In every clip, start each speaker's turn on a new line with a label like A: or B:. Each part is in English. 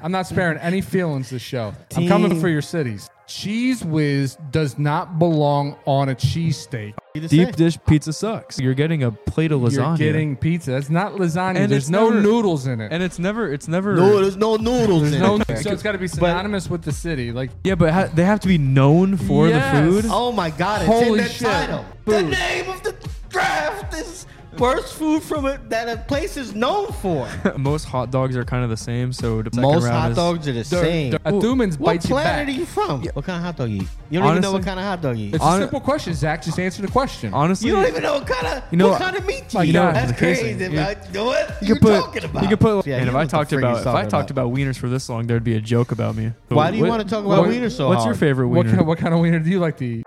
A: I'm not sparing any feelings this show. I'm coming
B: Team.
A: for your cities. Cheese Whiz does not belong on a cheesesteak.
C: Deep dish pizza sucks. You're getting a plate of
A: You're
C: lasagna.
A: getting pizza. That's not lasagna.
C: And
A: There's
C: it's
A: no
C: never-
A: noodles in it.
C: and it's never. It's never.
B: No, there's no noodles in
A: no,
B: it.
A: so it's got to be synonymous with the city. Like
C: yeah, but ha- they have to be known for
A: Yes.
C: the food.
B: Oh my god, it's in
A: Holy
B: the
A: shit.
B: title. The name of the draft is worst food from it that a place is known for.
C: Most hot dogs are kind of the same, so the second
B: Most
C: round
B: hot
C: is-
B: dogs are the same.
A: a Thuman's
B: What
A: bites you
B: planet
A: back.
B: are you from? What kind of hot dog you eat? You don't even know
C: Honestly-
B: what kind of hot dog you eat.
A: It's
C: Hon-
A: a simple question, Zach. Just answer the question.
C: Honestly,
B: You don't even know what kind of
C: You know
B: what
C: what?
B: kind of meat you
A: My
B: eat.
A: God.
B: That's
C: It's amazing.
B: crazy.
C: You-
B: man. What
C: You
B: you
C: could put.
B: talking about?
C: You could put.
B: Yeah,
C: and
B: he
C: if
B: knows
C: I
B: what the
C: talked
B: frig
C: about,
B: he's
C: if
B: talking
C: I talked about wieners for this long, there'd be a joke about me. So
B: Why do you
C: what-
B: want to talk about
A: what-
B: wiener so
C: What's your
B: hard?
C: favorite
A: What
C: wiener?
A: kind, what kind of wiener do you like to eat?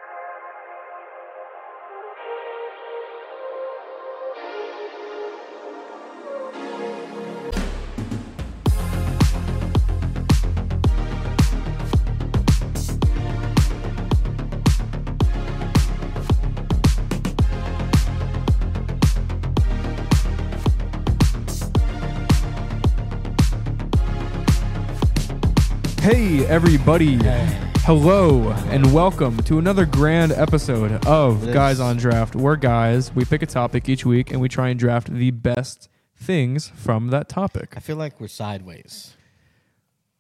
C: Hey, everybody. Hello and welcome to another grand episode of
B: This-
C: Guys on Draft. We're guys. We pick a topic each week and we try and draft the best things from that topic.
B: I feel like we're sideways.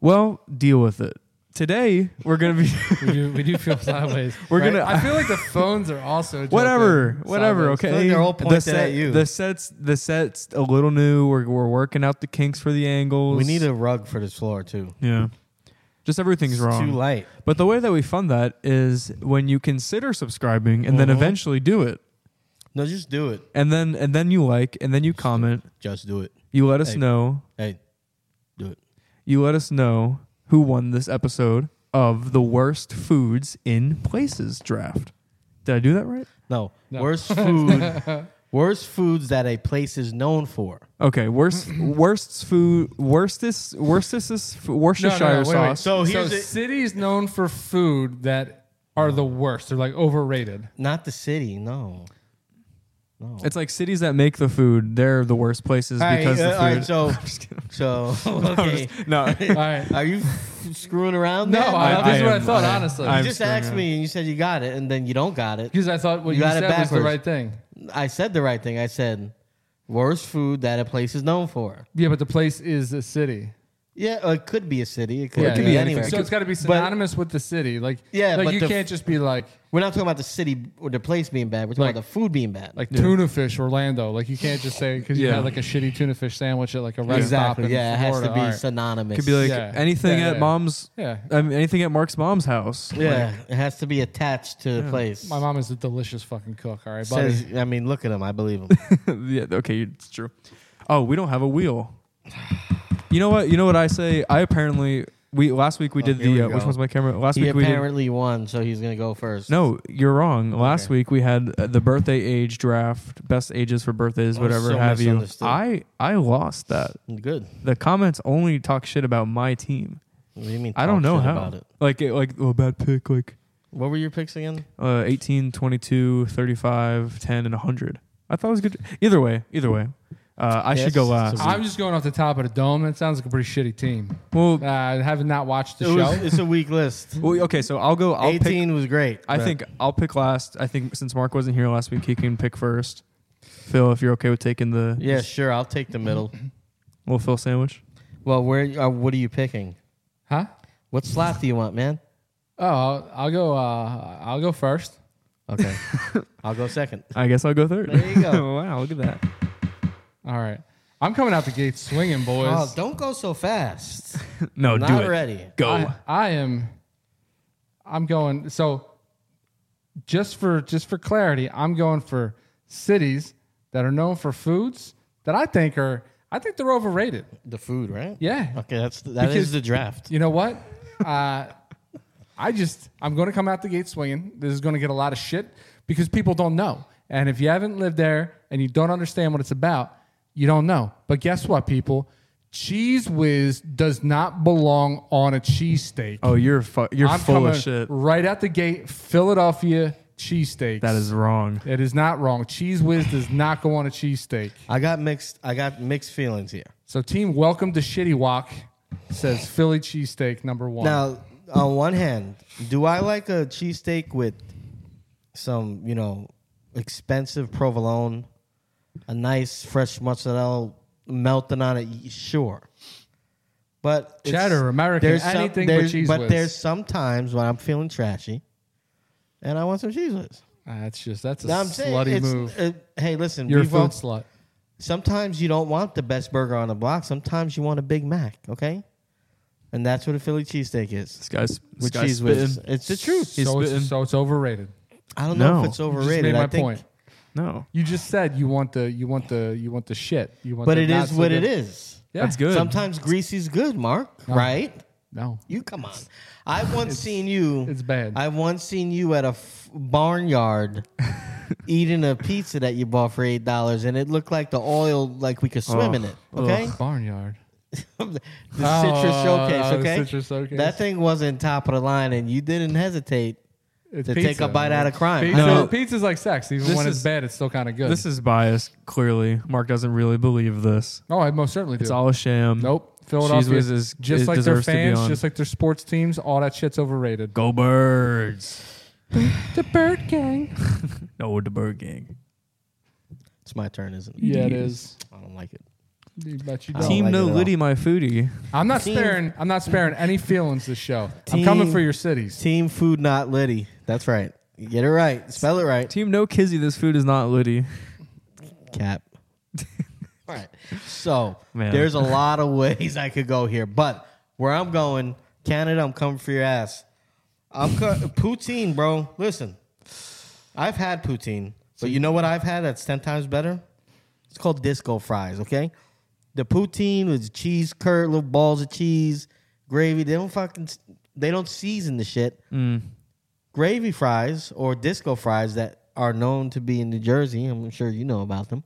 C: Well, deal with it. Today we're gonna be
D: we do we do feel sideways.
C: we're
A: Right?
C: gonna
A: I feel like the phones are also joking.
C: whatever whatever.
A: Silence.
C: Okay,
B: like they're all pointed
C: the set,
B: at you.
C: The sets the sets a little new. We're we're working out the kinks for the angles.
B: We need a rug for this floor too.
C: yeah. Just everything's
B: It's
C: wrong.
B: Too light.
C: But the way that we fund that is when you consider subscribing and then
B: Mm-hmm.
C: eventually do it.
B: No, just do it.
C: And then and then you like and then you comment.
B: Just do it.
C: You let us
B: Hey.
C: know.
B: Hey, do it.
C: You let us know who won this episode of the worst foods in places draft. Did I do that right?
B: No, worst food. worst foods that a place is known for.
C: Okay, worst worst food worstest worstest is f- Worcestershire
A: wait, wait.
C: sauce.
B: So here's
A: so
B: the-
A: cities known for food that are the worst. They're like overrated.
B: Not the city. No.
C: It's like cities that make the food, they're the worst places because
A: uh,
B: all right,
C: the food.
B: so so okay.
C: no,
A: All right.
B: Are you f- screwing around?
A: No,
B: there?
A: I,
C: I
A: this is what I
C: am-
A: thought.
C: I am-
A: honestly,
B: You
C: I'm
B: just
C: screwing
B: asked me and you said you got it, and then you don't got it.
A: because I thought what
B: You
A: you,
B: got
A: said
B: it
A: was the
B: backwards.
A: right thing.
B: I said the right thing. I said worst food that a place is known for.
A: Yeah, but the place is a city.
B: Yeah, or it could be a city. It could,
A: yeah,
B: be,
A: yeah.
B: anywhere.
A: So it's got to be synonymous with the city. Like
B: Yeah,
A: like
B: but
A: you
B: the-
A: can't just be like
B: We're not talking about the city or the place being bad. We're talking
A: Like-
B: about the food being bad.
A: like tuna fish Orlando. Like you can't just say because you
C: Yeah.
A: had like a shitty tuna fish sandwich at like a restaurant.
B: exactly.
A: in
B: Yeah, it has
A: Florida.
B: to be
A: All right.
B: synonymous.
C: could be like
A: Yeah.
C: anything
A: Yeah,
C: at
A: yeah.
C: mom's
A: Yeah.
C: I mean, anything at Mark's mom's house.
B: yeah, it has to be attached to the place.
A: My mom is a delicious fucking cook. All right, buddy.
B: Says, I mean, look at him. I believe him.
C: yeah, okay, it's true. Oh, we don't have a wheel. You know what? You know what I say? I apparently we last week we did
B: here we
C: the uh, which
B: go.
C: one's my camera? Last
B: he
C: week we did.
B: apparently won, so he's gonna go first.
C: No, you're wrong. Last
B: Okay.
C: week we had uh, the birthday age draft, best ages for birthdays,
B: I'm
C: whatever
B: Oh, so
C: have you.
B: misunderstood.
C: I I lost that.
B: good.
C: The comments only talk shit about my team.
B: What do you mean?
C: I don't
B: talk
C: know
B: shit
C: how.
B: About it.
C: Like it, like oh bad pick like
B: What were your picks again?
C: uh 18, 22, 35, 10 and 100. I thought it was good. Either way, either way. Uh, I should go
B: Yes,
C: last.
B: it's a
A: I'm just going off the top of the dome. That sounds like a pretty shitty team.
C: well,
A: Uh, I have not watched the
B: It was-
A: show.
B: it's a weak list.
C: Well, okay, so I'll go. I'll pick.
B: 18 was great.
C: I
B: Right.
C: think I'll pick last. I think since Mark wasn't here last week, he can pick first. Phil, if you're okay with taking the
B: Yeah, sure. I'll take the middle.
C: little Phil sandwich,
B: Well, where? Uh, what are you picking?
A: Huh?
B: What slot do you want, man?
A: Oh, I'll, I'll go. Uh, I'll go first.
B: Okay, I'll go second.
C: I guess I'll go third.
B: There you go.
C: wow, look at that.
A: All right. I'm coming out the gate swinging, boys.
B: Oh, don't go so fast.
C: No,
B: Not
C: do it.
B: ready.
C: Go.
A: I, I am. I'm going. So, just for just for clarity, I'm going for cities that are known for foods that I think are. I think they're overrated.
B: The food, right?
A: Yeah.
B: Okay, that's that is
A: Because-
B: the draft.
A: You know what? Uh, I just I'm going to come out the gate swinging. This is going to get a lot of shit because people don't know. And if you haven't lived there and you don't understand what it's about, you don't know. But guess what, people? Cheese Whiz does not belong on a cheesesteak.
C: Oh, you're fu- you're
A: I'm
C: full of
A: coming
C: shit.
A: Right out the gate, Philadelphia cheesesteaks.
C: That is wrong.
A: It is not wrong. Cheese Whiz does not go on a cheesesteak.
B: I got mixed. I got mixed feelings here.
A: So, team, welcome to Shitty Walk. says Philly cheesesteak number one.
B: Now, on one hand, do I like a cheesesteak with some, you know, expensive provolone, a nice fresh mozzarella melting on it? Y- Sure. But it's-
A: Cheddar, American,
B: there's
A: anything but
B: there's-
A: cheese
B: But
A: whiz.
B: there's sometimes when I'm feeling trashy and I want some cheese whiz.
A: that's just that's a
B: Now, I'm saying
A: slutty
B: it's-
A: move.
B: uh, hey, listen,
A: You're a
B: we've
A: food
B: all-
A: slut.
B: sometimes you don't want the best burger on the block. Sometimes you want a Big Mac, okay? And that's what a Philly cheesesteak is.
C: This guy's, this
B: with
C: guy's
B: cheese whiz.
C: spitting.
B: It's the truth.
C: He's
A: So it's,
C: spitting.
A: so it's overrated.
B: I don't know
C: No.
B: if it's
A: You just
B: overrated.
A: made my
B: I think,
A: point.
C: No,
A: You just said you want the you want the you want the shit. You want
B: but
A: the
B: it
A: not
B: is
A: so
B: what
A: good-
B: it is.
A: Yeah.
C: that's good.
B: Sometimes greasy's good, Mark. Right?
A: No,
B: You come on. I've once seen you.
A: it's bad.
B: I've once seen you at a f- barnyard eating a pizza that you bought for eight dollars, and it looked like the oil, like we could swim in it. Okay,
A: Barnyard.
B: the
A: Oh,
B: citrus showcase.
A: the
B: Okay,
A: Citrus Showcase.
B: that thing wasn't top of the line, and you didn't hesitate.
A: It's
B: To take a bite out of crime.
A: Pizza,
C: No.
A: pizza's like sex. Even
C: This
A: when
C: is-
A: it's bad, it's still kind of good.
C: this is biased. Clearly, Mark doesn't really believe this.
A: oh, I most certainly do.
C: It's all a sham.
A: nope. Philadelphia
C: Whiz is-
A: just
C: it
A: like their
C: deserves to be
A: fans,
C: on.
A: just like their sports teams. All that shit's overrated.
C: Go birds.
A: The Bird Gang.
C: No, the bird gang.
B: It's my turn, isn't it?
A: Yeah, it is.
B: I don't like it.
A: You bet you
B: I
A: don't.
C: Team
B: like
C: No
B: it at all.
C: Liddy, my foodie.
A: I'm not
B: Team-
A: sparing. I'm not sparing any feelings this show. I'm coming
B: Team-
A: for your cities.
B: Team Food Not Liddy. That's right. You Get it right. Spell it right.
C: Team No Kizzy, this food is not Liddy.
B: Cap. All right. So
C: Man.
B: there's a lot of ways I could go here, but where I'm going, Canada, I'm coming for your ass. I'm co- poutine, bro. Listen, I've had poutine, but you know what I've had that's ten times better? It's called disco fries. Okay, the poutine was cheese curd, little balls of cheese, gravy. They don't fucking they don't season the shit. Gravy fries or disco fries that are known to be in New Jersey. I'm sure you know about them.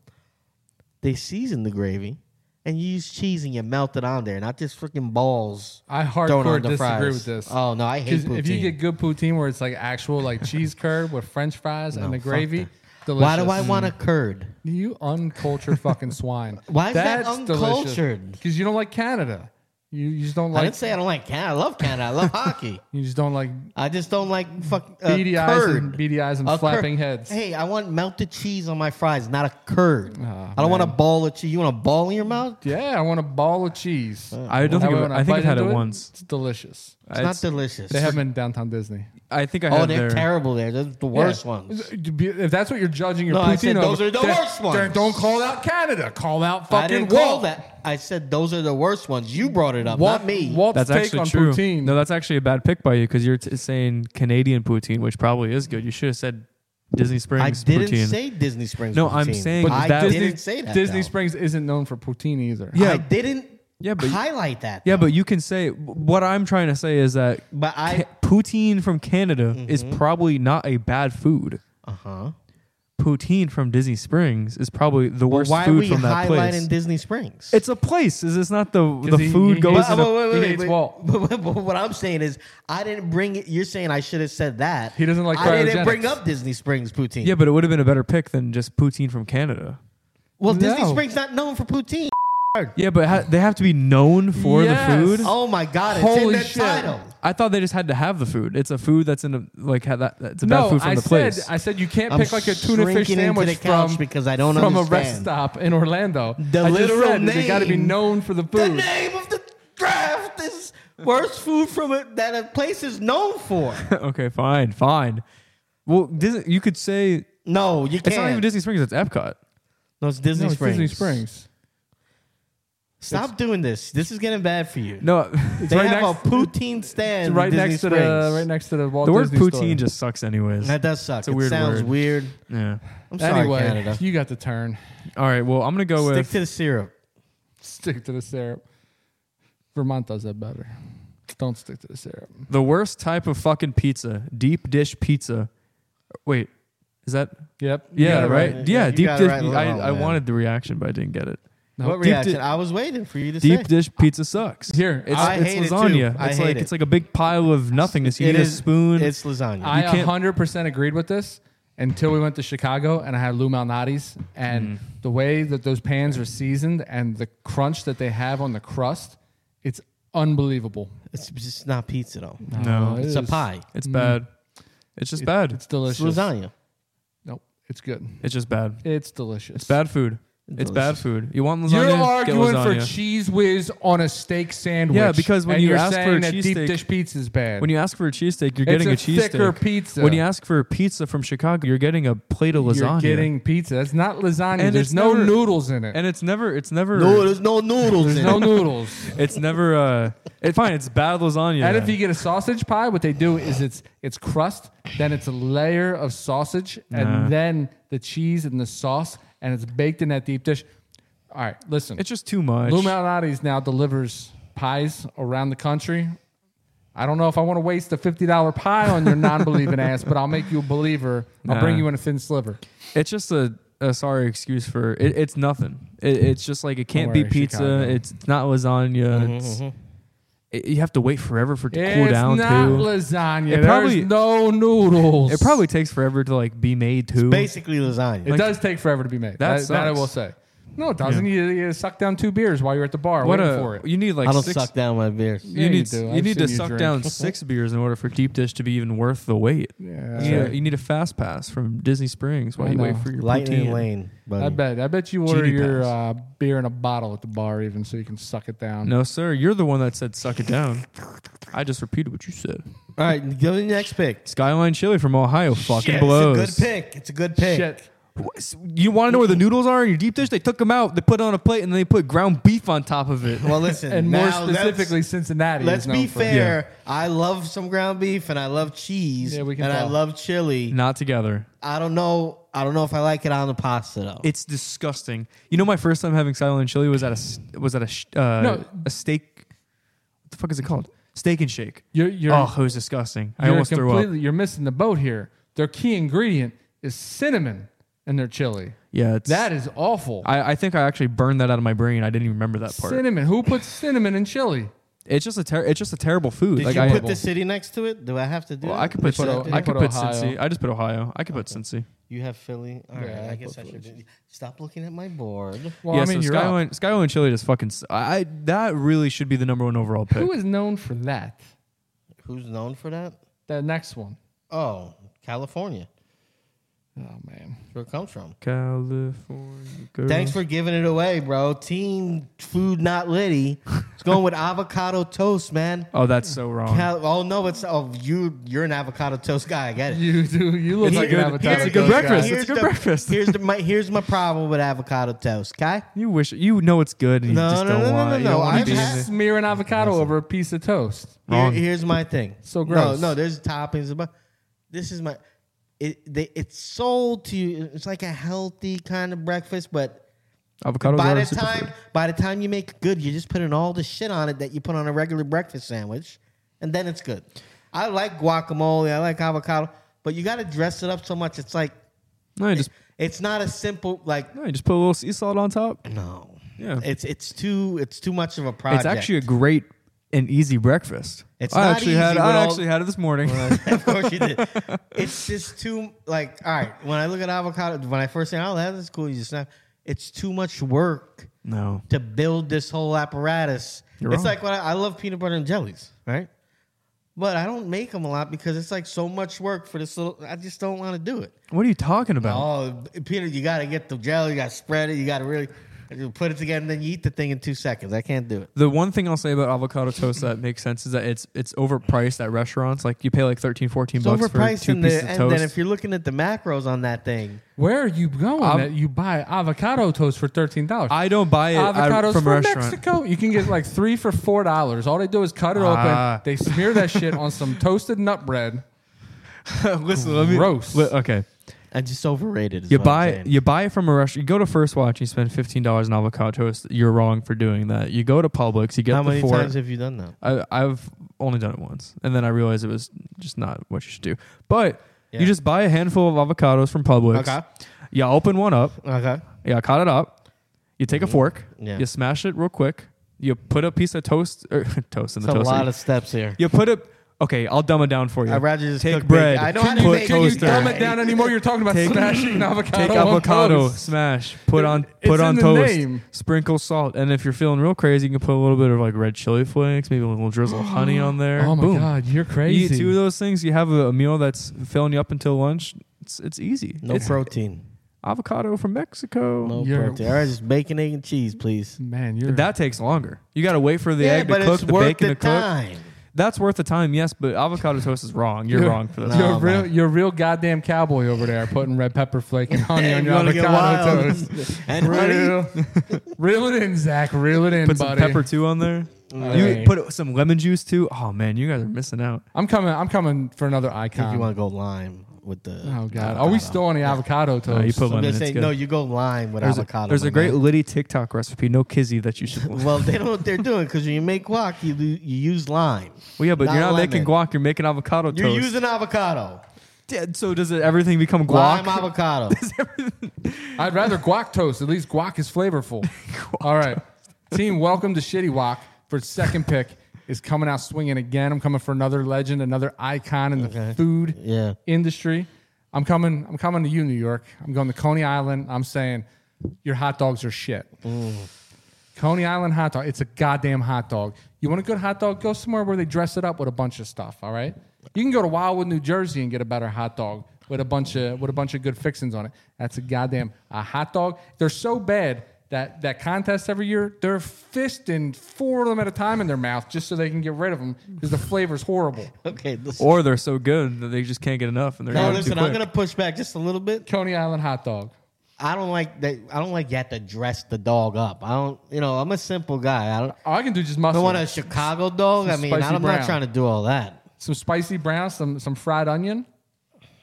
B: They season the gravy and you use cheese and you melt it on there, not just freaking balls.
A: I
B: thrown
A: hardcore
B: on the
A: disagree
B: fries.
A: with this.
B: Oh no, I hate
A: Because
B: poutine.
A: if you get good poutine where it's like actual like cheese curd with French fries
B: No,
A: and the
B: fuck
A: gravy,
B: that.
A: delicious.
B: why do I want a curd?
A: You uncultured fucking swine.
B: Why is that uncultured?
A: Because you don't like Canada. You, you just don't
B: I
A: like.
B: didn't say I don't like Canada. I love Canada. I love hockey.
A: You just don't like
B: I just don't like fuck uh,
A: beady eyes
B: curd.
A: and beady eyes and
B: A
A: flapping
B: curd.
A: heads.
B: Hey, I want melted cheese on my fries, not a curd.
A: Ah,
B: I don't want a ball of cheese. You want a ball in your mouth?
A: Yeah, I want a ball of cheese.
B: Oh.
C: I don't think
A: That way
C: I've,
A: when
C: I think
A: bite
C: I've had it,
A: into
C: once.
A: It's delicious.
B: It's
C: I-
B: not delicious.
A: They have them in downtown Disney.
C: I think I
B: oh,
C: had
B: they're
C: their
B: terrible there. They're the worst
A: Yeah.
B: ones.
A: If that's what you're judging your
B: No,
A: poutine
B: I said those
A: over,
B: are the
A: then-
B: worst ones.
A: then Don't call out Canada. Call out fucking
B: I didn't
A: Walt.
B: call that. I said those are the worst ones. You brought it up,
A: Walt,
B: not me.
A: Walt's
C: That's
A: take
C: actually
A: on
C: true.
A: poutine.
C: No, that's actually a bad pick by you because you're t- saying Canadian poutine, which probably is good. You should have said Disney
B: I
C: Springs
B: didn't
C: poutine.
B: say Disney Springs.
C: No, I'm
B: poutine.
C: saying
B: I
C: that-
B: didn't say that.
A: Disney
B: though.
A: Springs isn't known for poutine either.
C: Yeah.
B: I didn't
C: Yeah, but-
B: highlight that.
C: yeah,
B: though.
C: but you can say what I'm trying to say is that
B: But I- Mm-hmm.
C: ca- poutine from Canada is probably not a bad food.
B: uh-huh.
C: Poutine from Disney Springs is probably the
B: Well,
C: worst
B: why are
C: food
B: we
C: from that
B: highlighting
C: place.
B: Disney Springs?
C: it's a place. Is this not the the
A: he-
C: food
A: he
C: goes?
A: hates-
B: But,
C: in a,
B: wait, wait,
A: he
B: wait,
A: hates
B: wait.
A: Walt.
B: But, but- but what I'm saying is, I didn't bring it. You're saying I should have said that.
A: He doesn't like
B: I didn't
A: cryogenics.
B: bring up Disney Springs poutine.
C: yeah, but it would have been a better pick than just poutine from Canada.
B: Well, Disney
A: No.
B: Springs not known for poutine.
C: Yeah, but ha- they have to be known for
A: Yes.
C: the food.
B: Oh my God! It's
A: Holy
B: in the
A: shit.
B: title.
C: I thought they just had to have the food. It's a food that's in a like ha- that, that's a bad
A: No,
C: food from
A: I
C: the
A: said
C: place.
A: I said you can't
B: I'm
A: pick like a tuna
B: shrinking
A: fish
B: into
A: sandwich
B: the couch
A: from
B: because I don't
A: from a rest
B: understand.
A: stop in Orlando.
B: The
A: I just
B: literal
A: said that they got to be
B: name-
A: known for the
B: The
A: food.
B: name of the draft is worst food from it that a place is known for.
C: okay, fine, fine. Well, Disney, you could say
B: No, you can't.
C: it's not even Disney Springs. It's Epcot.
B: No, it's Disney
A: No, it's
B: Springs.
A: Disney Springs.
B: Stop doing this. This is getting bad for you.
C: No,
B: they
A: right
B: have
A: next-
B: a poutine stand
A: It's
B: in
A: right
B: Disney
A: next to
B: Springs.
A: the right next to the Walt
C: the word
A: Disney
C: poutine
A: store.
C: just sucks, anyways.
B: That does suck.
C: a
B: it
C: weird
B: sounds
C: word.
B: weird.
C: yeah.
B: I'm sorry,
A: anyway.
B: Canada.
A: You got the turn.
C: All right. Well, I'm gonna go
B: Stick
C: with
B: to the syrup.
A: Stick to the syrup. Vermont does that better. Don't stick to the syrup.
C: the worst type of fucking pizza: deep dish pizza. Wait, is that?
A: Yep. you
C: Yeah,
A: got it
C: right. Yeah,
B: You
C: deep
B: got it
C: dish.
B: right.
C: I,
B: Oh,
C: I
B: man.
C: wanted the reaction, but I didn't get it.
B: What
C: Deep
B: reaction?
C: di-
B: I was waiting for you to
C: Deep
B: say.
C: dish pizza sucks.
A: Here,
C: it's,
B: I
C: it's
B: hate it too.
C: lasagna.
B: I
C: it's
B: hate
C: like
B: it.
C: it's like a big pile of nothingness. You
B: It
C: need
B: is-
C: a spoon.
B: It's lasagna.
A: I
C: can't-
A: 100% agreed with this until we went to Chicago and I had Lou Malnati's and
C: Mm-hmm.
A: the way that those pans are seasoned and the crunch that they have on the crust, it's unbelievable.
B: It's just not pizza though.
C: No.
A: it
B: It's a
A: is-
B: pie.
C: It's
A: Mm.
C: bad. It's just
A: It-
C: bad.
A: It's
C: It's,
A: delicious.
B: It's lasagna.
A: Nope, it's good.
C: just bad.
A: It's delicious.
C: It's bad food. It's bad
B: Delicious.
C: food. You want
A: You're
C: lasagna? Get
A: arguing
C: lasagna.
A: for cheese whiz on a steak sandwich.
C: Yeah, because when
A: and
C: you
A: are
C: ask for
A: saying
C: a
A: that
C: cheese
A: deep
C: steak-
A: dish pizza is bad.
C: when you ask for a cheesesteak, you're
A: It's
C: getting
A: a
C: a cheesesteak.
A: thicker pizza.
C: When you ask for a pizza from Chicago, you're getting a plate of
A: you're
C: lasagna.
A: getting pizza, that's not lasagna.
C: And
A: There's
C: it's
A: no
C: never-
A: noodles in it.
C: and it's never. It's never.
B: No, there's no noodles
A: There's
B: in
A: no
B: it.
A: noodles.
C: It's never. Uh, it's fine. It's bad lasagna.
A: And if
C: then.
A: you get a sausage pie, what they do is it's it's crust, then it's a layer of sausage,
C: Nah.
A: and then the cheese and the sauce, and it's baked in that deep dish. All right, listen.
C: it's just too much.
A: Luminati's now delivers pies around the country. I don't know if I want to waste a fifty dollar pie on your non-believing ass, but I'll make you a believer. I'll
C: Nah.
A: bring you in a thin sliver.
C: It's just a, a sorry excuse for it, it's nothing. It, it's just like it can't be
A: worry,
C: pizza.
A: Chicago.
C: It's not lasagna.
B: Mm-hmm,
C: it's, it- you have to wait forever for it to cool
A: it's
C: down
A: not
C: too.
A: lasagna.
C: It
A: There's
C: probably-
A: no noodles.
C: it probably takes forever to like be made too.
B: Basically lasagna.
A: it does take forever to be made.
C: That
A: That, that I
C: sucks.
A: will say. No, it doesn't. You, you suck down two beers while you're at the bar
C: what
A: waiting
C: a
A: for it.
C: you need like
B: I don't
C: six,
B: suck down my beer.
C: You
A: Yeah, you
C: need
A: do.
C: you,
A: I've
C: need to
A: seen you
C: suck
A: drink.
C: down six beers in order for deep dish to be even worth the wait.
A: yeah,
C: You, need a, you need a fast pass from Disney Springs while
A: I
C: you wait
A: know.
C: for your
B: Lightning
C: poutine.
B: lane. Buddy.
A: I bet. I bet you order
C: Genie
A: your uh,
C: pass.
A: beer in a bottle at the bar, even so you can suck it down.
C: No, sir, you're the one that said suck it down. I just repeated what you said.
B: All right, go to the next pick.
C: Skyline Chili from Ohio fucking
B: Shit,
C: blows.
B: It's a good pick. It's a good pick.
A: Shit.
C: You want to know where the noodles are in your deep dish? They took them out, they put it on a plate, and they put ground beef on top of it.
B: Well, listen.
A: And more
B: now let's-
A: specifically, Cincinnati.
B: Let's
A: is known
B: be
A: for-
B: fair. I love some ground beef and I love cheese
A: Yeah, we can
B: and I
A: tell.
B: love chili.
C: Not together.
B: I don't know. I don't know if I like it on the pasta though.
C: It's disgusting. You know, my first time having silent chili was at a s- was at a sh- uh,
A: No.
C: a steak. What the fuck is it called? Steak and Shake.
A: You're, you're,
C: oh, it was disgusting. I
A: you're
C: almost threw up.
A: completely- You're missing the boat here. Their key ingredient is cinnamon in their chili.
C: Yeah, it's,
A: That is awful.
C: I, I think I actually burned that out of my brain. I didn't even remember that part.
A: Cinnamon. Who puts cinnamon in chili?
C: It's just a ter- it's just a terrible food.
B: Did
C: like
B: you
C: I,
B: put the city next to it? Do I have to do?
C: well,
B: it?
C: I could put,
A: put O-
C: I
A: you
C: could
A: put
C: put
A: Ohio.
C: Cincy. I just put Ohio. I could put Cincy.
B: You have Philly. All right.
A: Yeah, I
B: I guess I should be- stop looking at my board.
A: Well,
C: yeah,
A: I mean,
C: so
A: you're up.
C: Skyline Skyline Chili just fucking. s- I I- that really should be the number one overall pick.
A: Who is known for that?
B: Who's known for that?
A: The next one.
B: Oh, California.
A: Oh man.
B: That's where it comes from.
C: California girl.
B: Thanks for giving it away, bro. Team Food Not Litty. It's going with avocado toast, man.
C: Oh, that's so wrong.
B: Cal- oh no, it's oh you. You're an avocado toast guy. I get it.
A: You do. You look
B: Here-
A: like an
B: here-
A: avocado.
C: It's a good
A: toast guy.
C: breakfast.
B: here's
C: It's a good
B: the-
C: breakfast.
B: Here's the, my here's my problem with avocado toast. Okay.
C: you wish you know it's good and you
B: No,
C: just
B: no,
C: don't
B: no, no,
C: want.
B: no,
C: you
B: no.
C: don't wanna
B: I've
C: be in
B: had-
C: it.
A: Smear an avocado over a piece of toast.
B: Here,
C: Wrong.
B: here's my thing.
A: So gross.
B: No, no. There's toppings, but this is my. It they it's sold to you. It's like a healthy kind of breakfast, but
C: Avocados
B: by
C: are
B: the
C: a superfood.
B: time by the time you make it good, you're just putting all the shit on it that you put on a regular breakfast sandwich, and then it's good. I like guacamole. I like avocado, but you got to dress it up so much. It's like
C: no, you just
B: it's not a simple like
C: no, you just put a little sea salt on top.
B: no.
C: Yeah.
B: It's it's too it's too much of a project.
C: It's actually a great and easy breakfast.
B: It's
C: I
B: not
C: actually
B: easy
C: had
B: with
C: I
B: all-
C: actually had it this morning.
B: of course you did. It's just too like all right. When I look at avocado, when I first say, "Oh, that's cool," you just snap. It's too much work
C: no.
B: to build this whole apparatus.
C: You're
B: it's
C: wrong.
B: like when I, I love peanut butter and jellies, right? But I don't make them a lot because it's like so much work for this little. I just don't want to do it.
C: What are you talking about?
B: Oh, peanut! You got to get the jelly. You got to spread it. You got to really you put it together, and then you eat the thing in two seconds. I can't do it.
C: The one thing I'll say about avocado toast that makes sense is that it's it's overpriced at restaurants. Like you pay like 13, 14
B: It's
C: bucks for
B: overpriced,
C: two
B: in
C: pieces
B: the,
C: of
B: and
C: toast.
B: then if you're looking at the macros on that thing,
A: Where are you going?
C: Av-
A: that you buy avocado toast for thirteen dollars.
C: I don't buy it at-
A: Avocados
C: from a
A: from
C: restaurant.
A: Mexico. You can get like three for four dollars. All they do is cut it
C: Ah.
A: open. They smear that shit on some toasted nut bread.
C: Listen, let uh, me.
A: Gross.
C: Li- okay,
B: I just overrated. is
C: you
B: what I'm
C: buy
B: saying.
C: you buy it from a restaurant. You go to First Watch, you spend fifteen dollars on avocado toast. You're wrong for doing that. You go to Publix, you get
B: How
C: the
B: many
C: four.
B: times have you done that?
C: I, I've only done it once, and then I realized it was just not what you should do. But
B: Yeah.
C: you just buy a handful of avocados from Publix.
B: Okay.
C: You open one up.
B: Okay.
C: Yeah, cut it up. You take a fork.
B: Mm-hmm. Yeah.
C: You smash it real quick. You put a piece of toast or toast in
B: It's
C: the
B: a
C: toaster.
B: lot of steps here.
C: you put a Okay, I'll dumb it down for you.
B: I'd rather just
C: take
B: cook bacon.
C: bread.
B: I know how to
C: put
B: make-
A: Can you
C: toaster.
A: dumb it down anymore? You're talking about
C: Take-
A: smashing avocado.
C: Take
A: on
C: avocado,
A: toast.
C: smash, put on
A: It's
C: put
A: in
C: on
A: the
C: toast,
A: name.
C: sprinkle salt, and if you're feeling real crazy, you can put a little bit of like red chili flakes, maybe a little drizzle of honey on there.
A: Oh my
C: Boom.
A: god, you're
C: You eat
A: crazy.
C: two of those things, you have a, a meal that's filling you up until lunch. It's it's easy.
B: No
C: It's
B: protein.
C: avocado from Mexico.
B: No
A: You're-
B: protein. All right, just bacon, egg, and cheese, please.
A: Man, you're
C: That takes longer. You got to wait for the
B: yeah,
C: egg
B: but
C: to cook,
B: it's
C: the
B: worth
C: bacon
B: the
C: to cook.
B: time.
C: That's worth the time, yes, but avocado toast is wrong. You're wrong for that.
A: You're a
B: No,
A: real,
B: man.
A: you're a real goddamn cowboy over there, putting red pepper flake and honey on
B: You
A: your
B: wanna get
A: avocado
B: wild.
A: toast.
B: and honey,
A: Reel, reel it in, Zach. Reel it in,
C: Put some
A: buddy.
C: pepper too on there.
A: right.
C: You put some lemon juice too. Oh man, you guys are missing out.
A: I'm coming. I'm coming for another
B: I think
A: icon.
B: you want to go lime with the.
A: oh god, are we still on the avocado toast?
C: you put
B: I'm
C: lemon,
B: gonna
C: it's
B: say
C: good.
B: no. You go lime with
C: There's a,
B: avocado.
C: there's
B: my
C: a great
B: man.
C: Liddy TikTok recipe, no kizzy that you should. well,
B: Well, they don't know what they're doing because when you make guac, you lo- you use lime.
C: yeah, but you're not
B: lemon.
C: making guac. You're making avocado
B: You're
C: toast.
B: using avocado.
C: Yeah, so does it, everything become guac?
B: Lime avocado.
A: I'd rather guac toast. At least guac is flavorful. All right, team, welcome to Shitty Walk for its second pick. Is coming out swinging again. I'm coming for another legend, another icon in the food
B: Yeah.
A: industry. I'm coming. I'm coming to you, New York. I'm going to Coney Island. I'm saying your hot dogs are shit. Coney Island hot dog. It's a goddamn hot dog. You want a good hot dog? Go somewhere where they dress it up with a bunch of stuff. All right. You can go to Wildwood, New Jersey, and get a better hot dog with a bunch of with a bunch of good fixings on it. That's a goddamn a hot dog. They're so bad that that contest every year they're fisting four of them at a time in their mouth just so they can get rid of them because the flavor's horrible.
B: Okay. Listen.
C: or they're so good that they just can't get enough, and they're
B: no,
C: going
B: listen. I'm gonna push back just a little bit.
A: Coney Island hot dog.
B: I don't like that. I don't like you have to dress the dog up. I don't. You know, I'm a simple guy. I don't.
A: Oh, I can do just
B: I
A: mustard.
B: don't want a Chicago dog. I mean,
A: spicy
B: I'm
A: brown.
B: not trying to do all that.
A: some spicy brown, some some fried onion.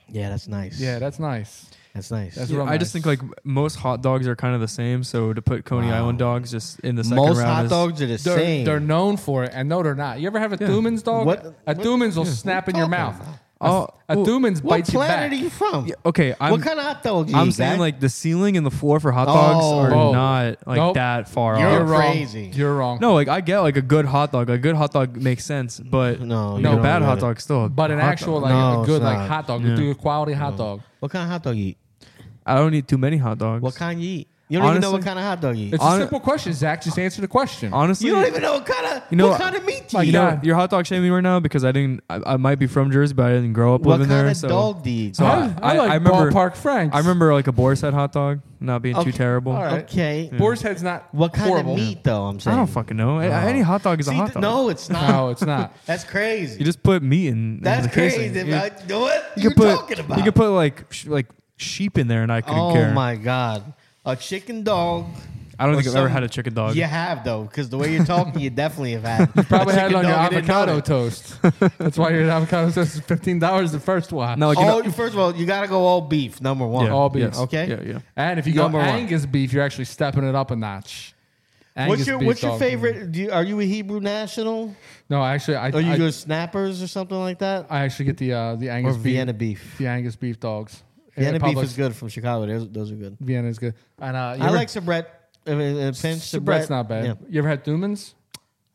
B: Yeah, that's nice.
A: Yeah, that's nice.
B: that's nice.
A: That's
C: Yeah,
A: real
C: I just
A: nice.
C: think like most hot dogs are kind of the same. So to put Coney Island dogs just in the second
B: Most
C: round
B: hot
C: is,
B: dogs are the
A: they're,
B: same.
A: they're known for it, and no, they're not. You ever have a Thuman's dog?
B: What-
A: a
B: what-
A: Thuman's will snap in your
B: talking
A: mouth.
B: about?
C: Oh,
A: A
C: well,
A: Thuman's
B: what
A: bites you
B: planet
A: back.
B: are you from?
C: okay. I'm,
B: what kind of hot dog? you
C: I'm
B: eat,
C: saying
B: Zach?
C: like the ceiling and the floor for hot dogs
B: Oh.
C: are
A: Oh.
C: not like
A: Nope.
C: that far
B: You're
A: You're
C: off.
B: right.
A: wrong.
B: crazy.
A: You're wrong.
C: No, like I get like a good hot dog. A good hot dog makes sense, but
B: No, you
C: no
B: don't
C: bad
B: get
C: hot
B: it.
C: dog's still. a
A: but an
C: hot
A: actual
C: dog.
A: like
B: No,
A: a good
B: it's
A: like
B: not.
A: hot dog,
C: Yeah.
A: do a quality hot dog.
B: what kind of hot dog you eat?
C: I don't eat too many hot dogs.
B: What kind you eat? You don't even know
C: Honestly-
B: what kind of hot dog you eat.
A: It's
C: Hon-
A: a simple question, Zach. Just answer the question.
C: Honestly,
B: You don't even know what kind of
C: You know
B: what
C: what-
B: kind of meat you
C: Like,
B: eat.
C: you know,
A: God.
C: you're hot dog shaming me right now because I didn't. I, I might be from Jersey, but I didn't grow up
B: What
C: living
B: kind
C: there.
B: of
C: so
B: dog do you eat?
C: so
A: I, I, like
C: remember
A: ballpark Franks.
C: I remember like a boar's head hot dog not being
B: Okay,
C: too terrible.
A: all right.
B: okay.
A: Boar's head's not
B: What kind
A: horrible.
B: of meat though? I'm
C: I
B: saying.
C: don't fucking know.
A: Oh.
C: A- Any hot dog is
B: See,
C: a hot
B: th-
C: dog.
B: No, it's not.
A: No, it's not.
B: That's crazy.
C: you just put meat in.
B: That's
C: in the casing.
B: crazy.
C: You,
B: man. what
C: you
B: you are
C: could put.
B: talking about?
C: You could put like sh- like sheep in there, and I couldn't
B: oh
C: care.
B: my god, a chicken dog.
C: I don't
B: or
C: think I've ever
B: some-
C: had a chicken dog.
B: You have though, because the way you're talking, you definitely have had. You
A: Probably had it on your avocado toast. That's why your avocado toast is fifteen dollars the first one.
C: No, like you know,
B: All, Oh, first of all, you got to go all beef. Number one.
C: yeah,
A: all beef,
C: yes,
B: okay?
C: Yeah, yeah.
A: And if you
B: Number
A: go
B: one.
A: Angus beef, you're actually stepping it up a notch.
B: What's
A: Angus
B: your
A: beef
B: What's your
A: dog.
B: favorite? Do you, are you a Hebrew national?
A: No, actually, I
B: Or you
A: I,
B: go snappers or something like that?
A: I actually get the uh, the
B: Or
A: Angus beef,
B: Vienna beef.
A: the Angus beef dogs.
B: Vienna
A: At
B: beef
A: Publix.
B: is good from Chicago. Those, those are good.
A: Vienna is good. And uh, you
B: I
A: ever-
B: like Sabret. Uh, uh, pinch
A: Sabret's
B: Sabret.
A: not bad.
B: Yeah.
A: You ever had Dumans?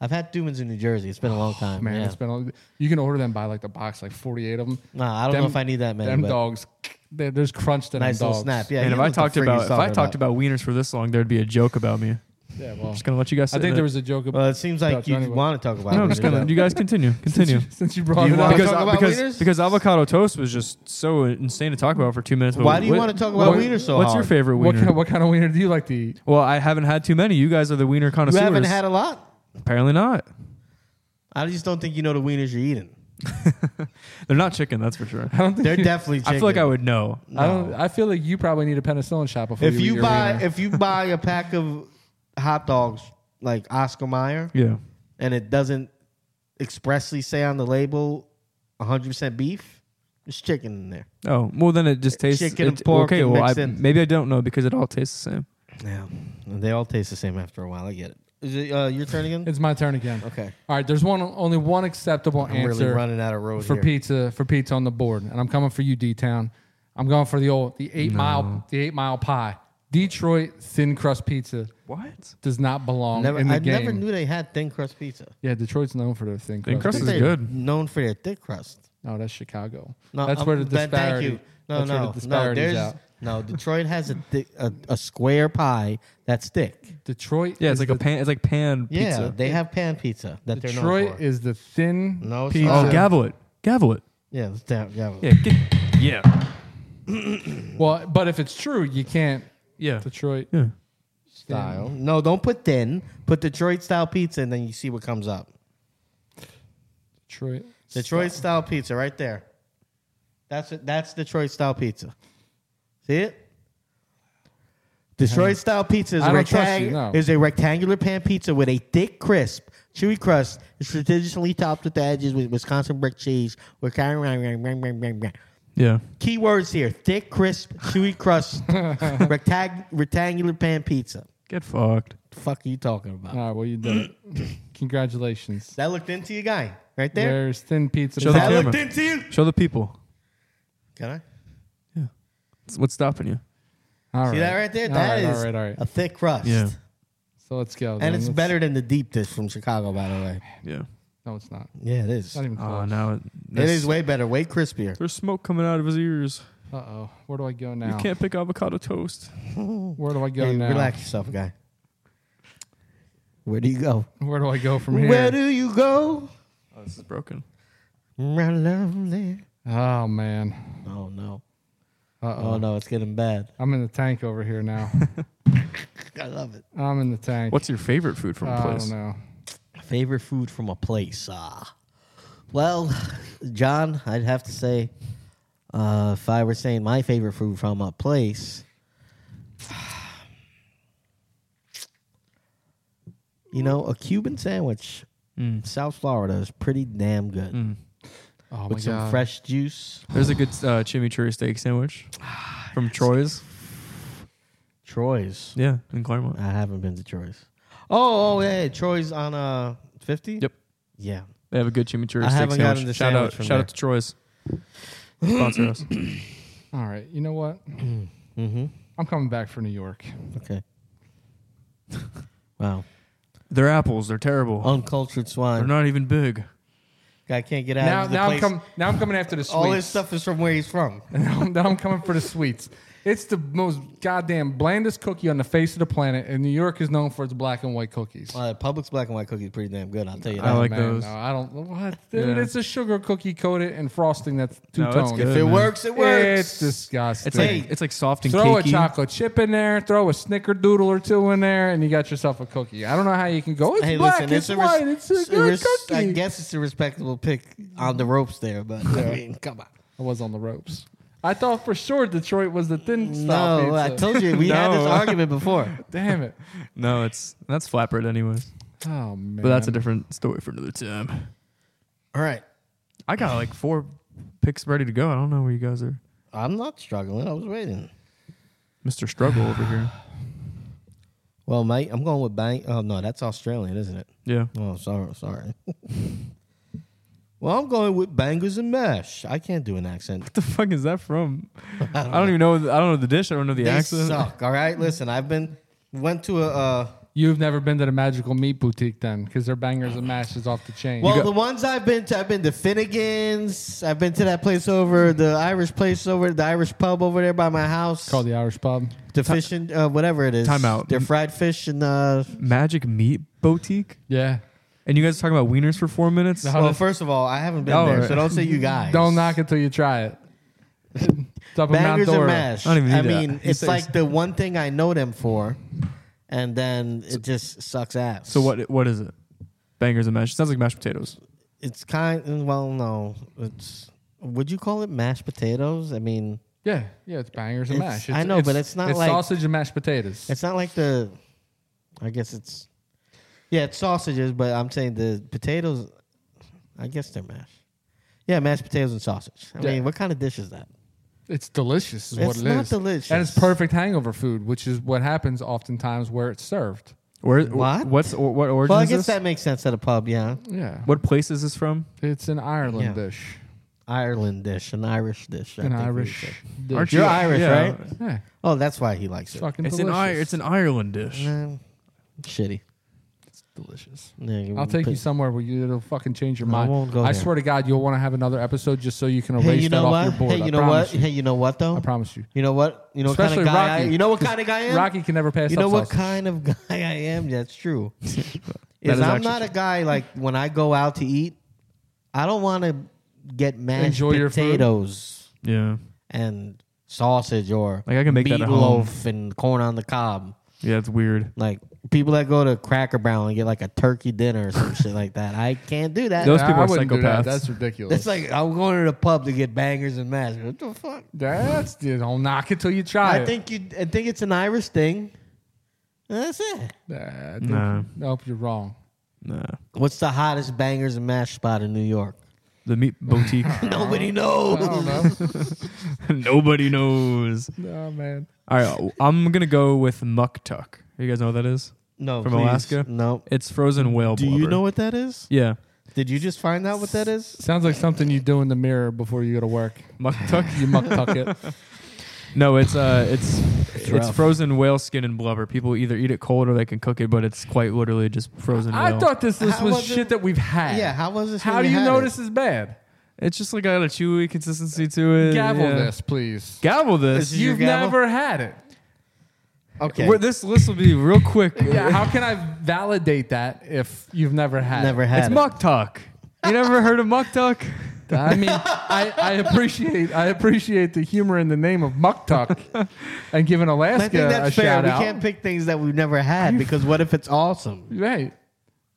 B: I've had Dumans in New Jersey. It's been a long time.
A: Man,
B: yeah.
A: it's been a, you can order them by like the box, like forty eight of them.
B: Nah, I don't know if I need that many,
A: Them
B: but-
A: dogs, they, there's crunch to
B: nice
A: them dogs.
B: little snap. Yeah.
C: and
B: you
C: if
B: know
C: I
B: what the
C: talked
B: frick
C: about
B: he's
C: if I
B: talking
C: talked about wieners for this long, there'd be a joke about me.
A: Yeah, well,
C: Just gonna let you guys.
A: I
C: sit in
A: think
C: it.
A: there was a joke about.
B: Well, it seems like
A: Dr.
B: you
A: Anyway.
B: want to talk about.
C: No,
B: it.
C: I'm just gonna. You guys continue. Continue.
A: since you brought
B: You
A: it
B: wanna
A: up,
C: because
B: talk about
C: because,
B: wieners?
C: because avocado toast was just so insane to talk about for two minutes. but
B: Why do you
C: what-
B: want to talk about
C: what-
B: wiener so
C: What's your
B: hard?
C: favorite
A: what
C: wiener?
A: kind, what kind of wiener do you like to eat?
C: well, I haven't had too many. You guys are the wiener
B: You
C: connoisseurs.
B: haven't had a lot.
C: Apparently not.
B: I just don't think you know the wieners you're eating.
C: They're not chicken, that's for sure.
B: They're definitely. Chicken.
C: I feel like I would know.
A: I don't. I feel like you probably need a penicillin shot before
B: If
A: you, eat
B: you
A: your
B: buy
A: wiener.
B: if you buy a pack of hot dogs like Oscar Mayer
C: Yeah.
B: and it doesn't expressly say on the label 100 percent beef, there's chicken in there.
C: Oh, well, then it just tastes
B: Chicken and
C: it-
B: pork
C: Okay,
B: and
C: well, I,
B: mixed in.
C: maybe I don't know because it all tastes the same.
B: Yeah, they all taste the same after a while. I get it. Is it uh, your turn again?
A: it's my turn again.
B: Okay.
A: All right. There's one only one acceptable
B: I'm
A: answer
B: really running out of road
A: for
B: here.
A: pizza for pizza on the board, and I'm coming for you, D Town. I'm going for the old the eight mile the eight mile pie. Detroit thin crust pizza
C: What?
A: does not belong
B: Never,
A: in the
B: I
A: game.
B: never knew they had thin crust pizza.
A: yeah, Detroit's known for their thin crust.
C: Thin crust
B: I
C: This
B: think
C: is
A: pizza.
B: they're
C: good.
B: Known for their thick crust.
A: No, that's Chicago.
B: No,
A: that's
B: um,
A: where the
B: th-
A: disparity.
B: Thank you. No,
A: that's
B: no,
A: where the
B: no.
A: disparity's
B: There's
A: out.
B: no. Detroit has a, thick, a a square pie that's thick.
A: Detroit.
C: Yeah,
A: is
C: it's like
A: the,
C: a pan. It's like pan
B: Yeah,
C: pizza.
B: they have pan pizza that they're known
A: Detroit
B: for.
A: is the thin
B: No, it's
A: pizza.
B: not.
C: oh, gavel it, gavel it.
B: yeah, it's down, yeah.
C: Yeah, get, yeah,
A: Well, but if it's true, you can't
C: yeah.
A: Detroit
C: yeah.
A: style.
B: No, don't put thin. Put Detroit style pizza, and then you see what comes up.
A: Detroit.
B: Detroit style pizza, right there. That's it. That's Detroit style pizza. See it? Detroit style pizza is
A: I
B: a,
A: don't trust
B: rectang-
A: you, no.
B: is a rectangular pan pizza with a thick, crisp, chewy crust. It's traditionally topped at the edges with Wisconsin brick cheese. With
C: yeah.
B: Key words here: thick, crisp, chewy crust, rectang- rectangular pan pizza.
C: Get fucked.
B: The fuck are you talking about?
A: All right, well you did it. Congratulations.
B: That looked into you, guy, right there.
A: There's thin pizza.
C: Show the
B: That
A: pie.
C: camera.
B: looked into you.
C: Show the people.
B: Can I?
C: It's- What's stopping you?
A: All
B: See that right there?
A: All
B: That is
A: all right, all right.
B: a thick crust.
C: Yeah.
A: So let's go. then.
B: And it's
A: Let's-
B: better than the deep dish from Chicago, by the way.
C: Yeah.
A: No, it's not.
B: Yeah, it
A: It's
B: is.
A: not even close.
C: Oh, now it,
B: It
C: that's-
B: is way better, way crispier.
C: There's smoke coming out of his ears.
A: Uh oh. Where do I go now?
C: You can't pick avocado toast.
A: Where do I go
B: Hey,
A: now?
B: relax yourself, guy. Where do you go?
A: Where do I go from here?
B: Where do you go?
C: Oh, this is broken.
B: My lovely.
A: oh man.
B: Oh no.
A: Uh
B: Oh
A: oh.
B: no, it's getting bad.
A: I'm in the tank over here now.
B: I love it.
A: I'm in the tank.
C: What's your favorite food from a
A: I don't
C: place?
A: know.
B: Favorite food from a place. Ah. Well, John, I'd have to say, uh, if I were saying my favorite food from a place, you know, a Cuban sandwich,
C: Mm.
B: South Florida is pretty damn good
C: Mm.
A: Oh my
B: with some
A: god.
B: fresh juice.
C: There's a good uh, chimichurri steak sandwich from Troy's.
B: Troy's.
C: Yeah, in Claremont.
B: I haven't been to Troy's. Oh, oh yeah, Troy's on uh fifty.
C: Yep.
B: Yeah,
C: They have a good chimichurri
B: I
C: steak
B: haven't
C: sandwich.
B: gotten the
C: shout
B: sandwich
C: out,
B: from
C: shout out
B: there.
C: to Troy's. Sponsor us.
A: All right. You know what?
B: Mm-hmm.
A: I'm coming back for New York.
B: Okay. wow.
C: Their apples, they're terrible.
B: Oh, Uncultured swine.
C: They're not even big.
B: Guy can't get out
A: Now,
B: of the
A: now I'm
B: place.
A: coming. Now I'm coming after the sweets.
B: All this stuff is from where he's from.
A: now, I'm- now I'm coming for the sweets. It's the most goddamn blandest cookie on the face of the planet, and New York is known for its black and white cookies.
B: Uh, Publix black and white cookie is pretty damn good. I'll tell you that.
C: I like
A: Man,
C: those.
A: No, I don't. What?
C: Yeah.
A: Dude, it's a sugar cookie coated and frosting that's two
C: No,
A: tone.
C: that's good.
B: if it
C: man.
B: works, it works.
A: It's disgusting.
C: It's
B: Hey,
C: like it's like soft and
A: throw
C: cakey.
A: a chocolate chip in there, throw a snickerdoodle or two in there, and you got yourself a cookie. I don't know how you can go. It's
B: hey,
A: black,
B: listen,
A: it's,
B: a res-
A: white, it's a good
B: res-
A: cookie.
B: I guess it's a respectable pick on the ropes there, but I mean, come on.
A: I was on the ropes. I thought for sure Detroit was the thin style
B: No,
A: pizza.
B: I told you we had this
C: No.
B: argument before.
A: Damn it.
C: No, it's that's flatbread anyways.
A: Oh man.
C: But that's a different story for another time.
B: All right,
C: I got like four picks ready to go. I don't know where you guys are.
B: I'm not struggling. I was waiting.
C: Mr. Struggle over here.
B: Well, mate, I'm going with bang. Oh no, that's Australian, isn't it?
C: Yeah.
B: Oh, sorry, sorry. well, I'm going with bangers and mash. I can't do an accent.
C: What the fuck is that from? I don't even know. the- I don't know the dish. I don't know the
B: They
C: accent.
B: suck. All right, listen. I've been went to a. Uh,
A: You've never been to the Magical Meat Boutique then, because their bangers and mashes off the chain.
B: well,
C: got-
B: the ones I've been to, I've been to Finnegan's. I've been to that place over the Irish place over the Irish pub over there by my house.
A: called the Irish pub.
B: the fish and uh, whatever it is.
C: Time out.
B: Their fried fish and uh.
C: Magic Meat Boutique.
A: Yeah.
C: And you guys are talking about wieners for four minutes.
A: No. How
B: Well,
A: does-
B: first of all, I haven't been
C: Oh,
B: there,
C: right.
B: so don't say you guys.
A: Don't knock it till you try it. It's up in Mount
B: Bangers and
A: Dora.
B: mash.
C: I don't even
B: I
C: need that.
B: mean,
C: He
B: it's
C: says-
B: like the one thing I know them for, and then it just sucks ass.
C: So what? What is it? Bangers and mash. Sounds like mashed potatoes.
B: It's kind. Well, no, it's. Would you call it mashed potatoes? I mean.
A: Yeah, yeah, it's bangers and
B: It's-
A: mash.
B: I know, but it's not like-
A: sausage and mashed potatoes.
B: It's not like the. I guess it's. Yeah, it's sausages, but I'm saying the potatoes. I guess they're mashed. Yeah, mashed potatoes and sausage. I
A: Yeah.
B: mean, what kind of dish is that?
A: It's delicious, is
B: It's
A: what it is.
B: not delicious.
A: And it's perfect hangover food, which is what happens oftentimes where it's served.
C: Where?
B: What?
C: What's what origin
B: Well, I
C: is
B: guess
C: this?
B: that makes sense at a pub. Yeah,
A: Yeah.
C: What place is this from?
A: It's an Ireland
B: Yeah.
A: dish.
B: Ireland dish, an Irish dish. I
A: An
B: think we
A: Irish
B: said.
A: dish.
C: Aren't
B: You're Irish,
C: yeah.
B: right?
A: Yeah,
B: Oh, that's why he likes
A: it's
B: it.
A: fucking
C: It's an
A: delicious.
C: I, it's an Ireland dish.
B: Mm, shitty.
C: Delicious.
B: Yeah,
A: I'll take
B: but-
A: you somewhere where you, it'll fucking change your
B: I
A: mind.
B: won't go
A: I
B: there.
A: swear to God, you'll want to have another episode just so you can erase
B: Hey, you
A: that
B: know
A: off
B: what?
A: your board.
B: Hey,
A: I
B: you know
A: promise
B: what?
A: you.
B: Hey, you know what though?
A: I promise you.
B: You know what? You know what kind
A: Especially
B: of guy
A: Rocky.
B: I You know what kind of guy I am?
A: Rocky can never pass
B: you know
A: up
B: what
A: sausage.
B: kind of guy I am? That's true. is
C: is
B: I'm
C: actually
B: not a guy like when I go out to eat, I don't want to get mashed
A: Enjoy your food?
B: potatoes
C: Yeah.
B: and sausage or
C: Like, I can make that at home.
B: meatloaf and corn on the cob.
C: Yeah, it's weird.
B: Like people that go to Cracker Barrel and get like a turkey dinner or some shit like that. I can't do that.
C: Those
A: Nah,
C: people
A: I
C: are
A: wouldn't do
C: psychopaths.
A: that. That's ridiculous.
B: It's like I'm going to the pub to get bangers and mash. What the fuck?
A: That's dude, don't knock it till you try
B: I
A: it.
B: think you. I think it's an Irish thing. That's it.
A: Nah, I think-
C: Nah.
A: Nope, you're wrong.
C: Nah.
B: What's the hottest bangers and mash spot in New York?
C: The meat boutique.
B: Nobody knows.
A: I don't know.
C: Nobody knows.
A: no man.
C: All right, I'm gonna go with muck tuck. You guys know what that is?
B: No,
C: From
B: please.
C: Alaska?
B: No.
C: It's frozen whale.
B: Do you
C: blubber.
B: know what that is?
C: Yeah,
B: Did you just find out what that is?
A: Sounds like something you do in the mirror before you go to work.
C: muck tuck.
A: You muck tuck it.
C: no, it's uh, it's it's,
B: rough.
C: frozen whale skin and blubber. People either eat it cold or they can cook it, but it's quite literally just frozen
A: I
C: whale.
A: thought this, this
B: How
A: was
B: was it-
A: shit that we've had.
B: Yeah. How was this?
A: How
B: when
A: do you
B: had
A: know
B: it?
A: this is bad?
C: it's just like got a chewy consistency to it.
A: Gavel
C: Uh, yeah.
A: this, please.
C: Gavel this.
B: This is your
A: You've
B: gavel?
A: never had it.
B: Okay.
C: Well, this list will be real quick.
A: Yeah, how can I validate that if you've never had
B: Never
A: it?
B: had
C: It's
B: it.
C: muck tuck. You never heard of muck tuck?
A: I mean, I, I appreciate I appreciate the humor in the name of Muck Tuck and giving Alaska
B: I think
A: a
B: that's fair.
A: shout
B: We
A: out.
B: can't pick things that we've never had because what if it's awesome?
A: Right.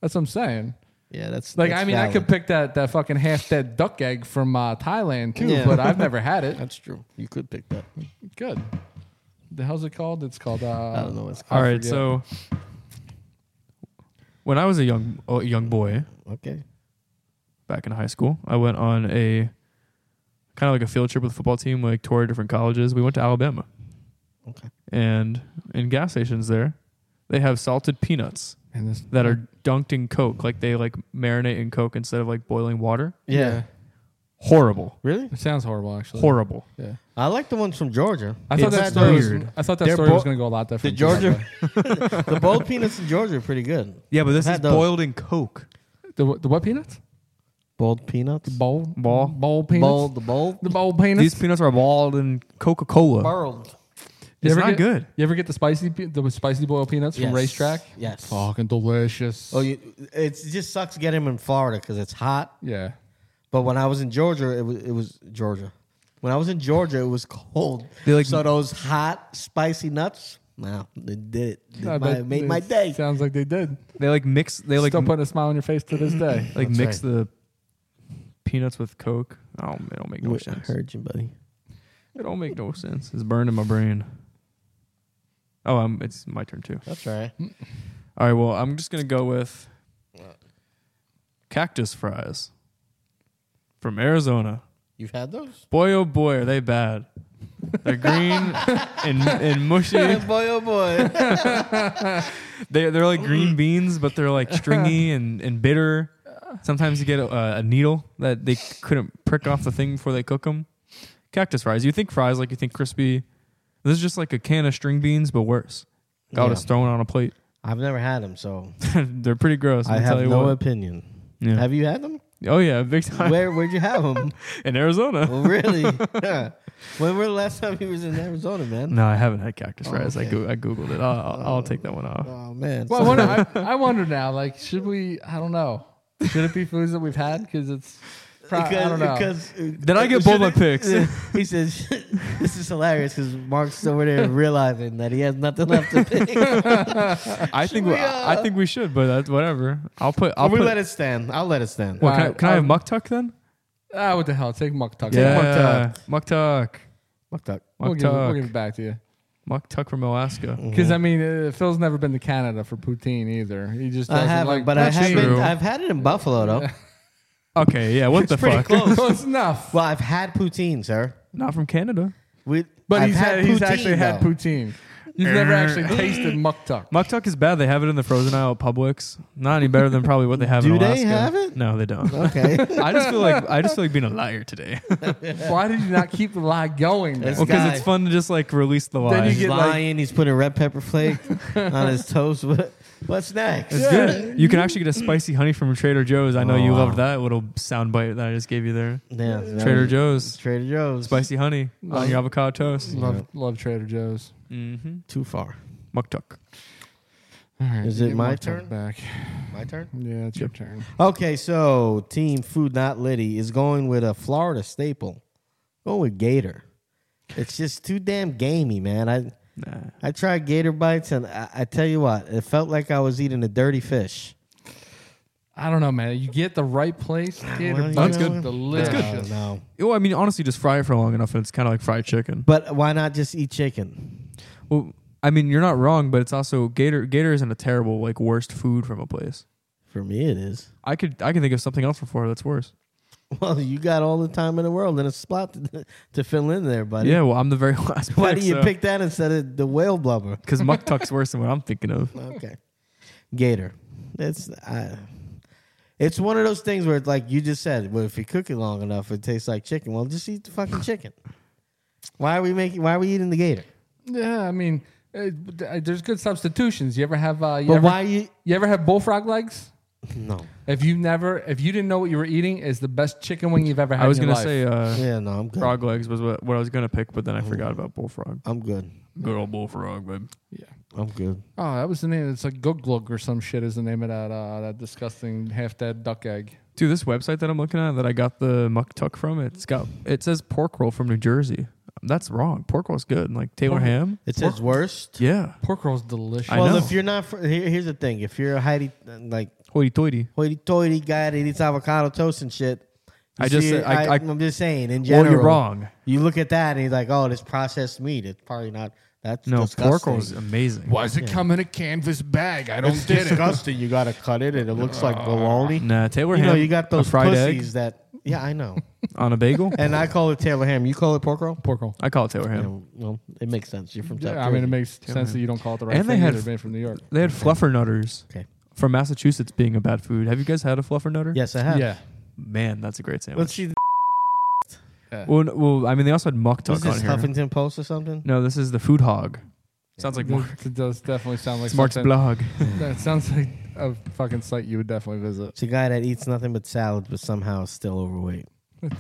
A: That's what I'm saying.
B: Yeah, that's
A: Like,
B: that's
A: I mean, I
B: valid.
A: could pick that, that fucking half dead duck egg from uh, Thailand too,
B: Yeah.
A: but I've never had it.
B: That's true. You could pick that.
A: Good. The hell's it called? It's called. Uh,
B: I don't know what it's called.
C: All right,
A: forget.
C: so when I was a young a young boy,
B: Okay.
C: back in high school. I went on a kind of like a field trip with the football team, like toured different colleges. We went to Alabama.
B: Okay.
C: And in gas stations there, they have salted peanuts
A: And this,
C: that are
B: Mm-hmm.
C: dunked in Coke. Like they like marinate in Coke instead of like boiling water.
B: Yeah.
C: Horrible.
B: Really?
A: It sounds horrible, actually.
C: Horrible.
A: Yeah.
B: I like the ones from Georgia.
A: I thought
C: It's
A: that story was.
C: weird.
A: I thought that
B: They're
A: story was
B: bo-
A: going to go a lot
B: The
A: different.
B: Georgia, the boiled peanuts in Georgia are pretty good.
C: Yeah, but this
B: I've
C: is
B: had those.
C: boiled in Coke.
A: The, wh- the what peanuts?
B: Boiled peanuts.
A: Bowl.
C: Ball.
A: Bowl peanuts.
B: Boiled the boiled.
A: The bowl peanuts.
C: These peanuts are boiled in Coca Cola.
B: Burled.
A: You
C: It's
A: ever
C: not
A: get-
C: good.
A: You ever get the spicy pe- the spicy boiled peanuts
B: Yes.
A: from racetrack?
B: Yes.
A: Fucking delicious.
B: Oh, you, it's, it just sucks getting them in Florida because it's hot.
A: yeah.
B: But when I was in Georgia, it was it was Georgia. When I was in Georgia, it was cold.
C: They like-
B: so those hot spicy nuts. Wow, they did it. They
A: I
B: mi-
A: bet-
B: made
A: it
B: my day.
A: Sounds like they did.
C: They like mix. They like
A: Still
C: m-
A: putting a smile on your face to this day.
C: like
B: That's
C: mix the peanuts with Coke. Oh, it don't make no
B: I
C: sense.
B: heard you, buddy.
C: It don't make no sense. It's burning my brain. Oh, um, it's my turn too.
B: That's all right.
C: All right, well, I'm just gonna go with cactus fries from Arizona.
B: You've had those?
C: Boy, oh boy, are they bad. They're green and and mushy.
B: boy, oh boy.
C: They they're like green beans, but they're like stringy and, and bitter. Sometimes you get a, a needle that they couldn't prick off the thing before they cook them. Cactus fries. You think fries like you think crispy. This is just like a can of string beans, but worse. Got
B: Yeah.
C: us thrown on a plate.
B: I've never had them, so
C: they're pretty gross.
B: I
C: I'll
B: have
C: tell you
B: no
C: what.
B: opinion.
C: Yeah.
B: Have you had them?
C: oh yeah, big time
B: Where where'd you have them?
C: in Arizona.
B: well, really? when were the last time you was in Arizona, man?
C: No, I haven't had cactus fries.
B: Oh,
C: I
B: okay.
C: go- I googled it. I'll, I'll, I'll take that one off.
B: Oh man.
A: Well, I wonder, I, I wonder now. Like, should we? I don't know. Should it be foods that we've had? Because it's. Pro- I don't know.
B: uh,
C: Did I get both my picks?
B: he says, "This is hilarious because Mark's over there realizing that he has nothing left to pick."
C: I think we,
B: we,
C: I I
B: uh,
C: think we should, but that's whatever. I'll put. I'll put.
B: it uh, stand. I'll let it stand.
C: Well, can I,
A: Alright,
C: can I have
A: um,
C: muck tuck then?
A: Ah, what the hell? Take Muck Tuck. Take Muck Tuck.
C: Yeah, muck tuck.
B: Fuck that.
C: Muck
A: We'll give, it,
C: tuck.
A: we'll give it back to you.
C: Muck Tuck from Alaska.
B: Mm.
A: Because I mean, uh, Phil's never been to Canada for poutine either. He just
B: I
A: doesn't
B: haven't,
A: like
B: but I
C: that's
B: have
C: true.
B: been, I've had it in Buffalo though.
C: Okay, yeah, what the
B: pretty
C: fuck?
B: close.
A: close enough.
B: Well, I've had poutine, sir.
C: Not from Canada.
B: We,
A: But
B: I've
A: he's had, he's
B: poutine,
A: actually had
B: though.
A: poutine. You've never actually tasted muktuk.
C: Muktuk is bad. They have it in the frozen aisle at Publix. Not any better than probably what they have
B: Do
C: in
B: they
C: Alaska.
B: have it?
C: No, they don't.
B: Okay.
C: I just feel like I just feel like being a liar today.
A: Why did you not keep the lie going? man?
B: That's
C: Well, because
B: guy.
C: it's fun to just like release the
A: Then
C: lie.
A: you
B: He's
A: get like-
B: lying. he's putting red pepper flake on his toast. What, what's next?
C: It's good. You can actually get a spicy honey from Trader Joe's. I know
B: Oh,
C: you
B: wow.
C: loved that little soundbite that I just gave you there.
B: Yeah, that
C: Trader
B: was-
C: Joe's
B: Trader Joe's.
C: spicy honey on your avocado toast.
A: Love, love Trader Joe's.
C: Mm-hmm.
B: Too far.
C: Muktuk.
A: All right,
B: Is it
A: give
B: my
A: Muktuk
B: turn?
A: Back.
B: My turn.
A: Yeah, it's your turn.
B: Okay, so Team Food Not Liddy is going with a Florida staple. Go with Gator. It's just too damn gamey, man. I
C: Nah.
B: I tried Gator bites, and I, I tell you what, it felt like I was eating a dirty fish.
A: I don't know, man. You get the right place. Gator
B: Well, you
A: That's
B: know-
A: good. Delicious.
B: No, no.
C: Well, I mean, honestly, just fry it for long enough, and it's kind of like fried chicken.
B: But why not just eat chicken?
C: Well, I mean, you're not wrong, but it's also Gator. Gator isn't a terrible like worst food from a place.
B: For me, it is.
C: I could I can think of something else from Florida that's worse.
B: Well, you got all the time in the world and a spot to, to fill in there, buddy.
C: Yeah, well, I'm the very last.
B: Why
C: pick,
B: do you pick that instead of the whale blubber?
C: Because muktuk's worse than what I'm thinking of.
B: Okay. Gator. That's I, it's one of those things where it's like you just said, well, if you cook it long enough, it tastes like chicken. Well, just eat the fucking chicken. Why are we making why are we eating the gator?
A: Yeah, I mean, uh, there's good substitutions. You ever have? Uh, you,
B: But
A: ever,
B: why you
A: you ever have bullfrog legs?
B: No.
A: If you never, if you didn't know what you were eating, is the best chicken wing you've ever had.
C: I was
A: in your
C: gonna say
A: life.
C: uh,
B: Yeah, no, I'm good. Oh.
C: frog legs was what, what I was gonna pick, but then I forgot about bullfrog.
B: I'm good.
C: Good old bullfrog, babe.
B: I'm good.
A: oh, that was the name. It's like Guglug or some shit is the name of that uh, that disgusting half dead duck egg.
C: Dude, this website that I'm looking at that I got the muktuk from, it's got it says pork roll from New Jersey. That's wrong. Pork roll's good. Like
B: Oh.
C: Taylor
A: Pork-
C: ham.
B: It says worst.
C: Yeah.
A: Pork roll's delicious.
C: I
B: well,
C: know.
B: if you're not fr- here, here's the thing. If you're a Heidi like
C: Hoity toity.
B: hoity toity guy that eats avocado toast and shit. you
C: I just
B: see
C: said-
B: it-
C: I- I-
B: I'm just saying in
C: Well,
B: general.
C: you're wrong.
B: You look at that and he's like, "Oh, this processed meat. It's probably not. That's
C: No,
B: disgusting.
C: pork roll's amazing.
A: Why does it come in a canvas bag? I don't
B: It's
A: get it.
B: disgusting. you got to cut it, and it looks like bologna.
C: Nah, Taylor
B: You
C: ham.
B: know, you got
C: Uh, a
B: those
C: fried
B: pussies
C: egg
B: that. Yeah, I know.
C: on a bagel.
B: and I call it Taylor ham. You call it pork roll.
A: Pork roll.
C: I call it Taylor ham.
B: Yeah, well, it makes sense. You're from South
A: Yeah, I mean, it
B: Jersey.
A: makes sense that you don't call it the right
C: And they
A: thing.
C: had-
A: They're made from New York.
C: They had fluffernutters
B: Okay.
C: from Massachusetts being a bad food. Have you guys had a fluffernutter?
B: Yes, I have.
A: Yeah,
C: Man, that's a great sandwich.
B: Let's see.
C: Well, n- well, I mean, they also had
B: Is
C: muktuk on
B: this
C: here.
B: Huffington Post or something?
C: No, this is the food hog. Sounds like Mark.
A: it does definitely sound like
C: It's Mark's
A: something-
C: blog.
A: That sounds like a fucking site you would definitely visit.
B: It's a guy that eats nothing but salads, but somehow is still overweight.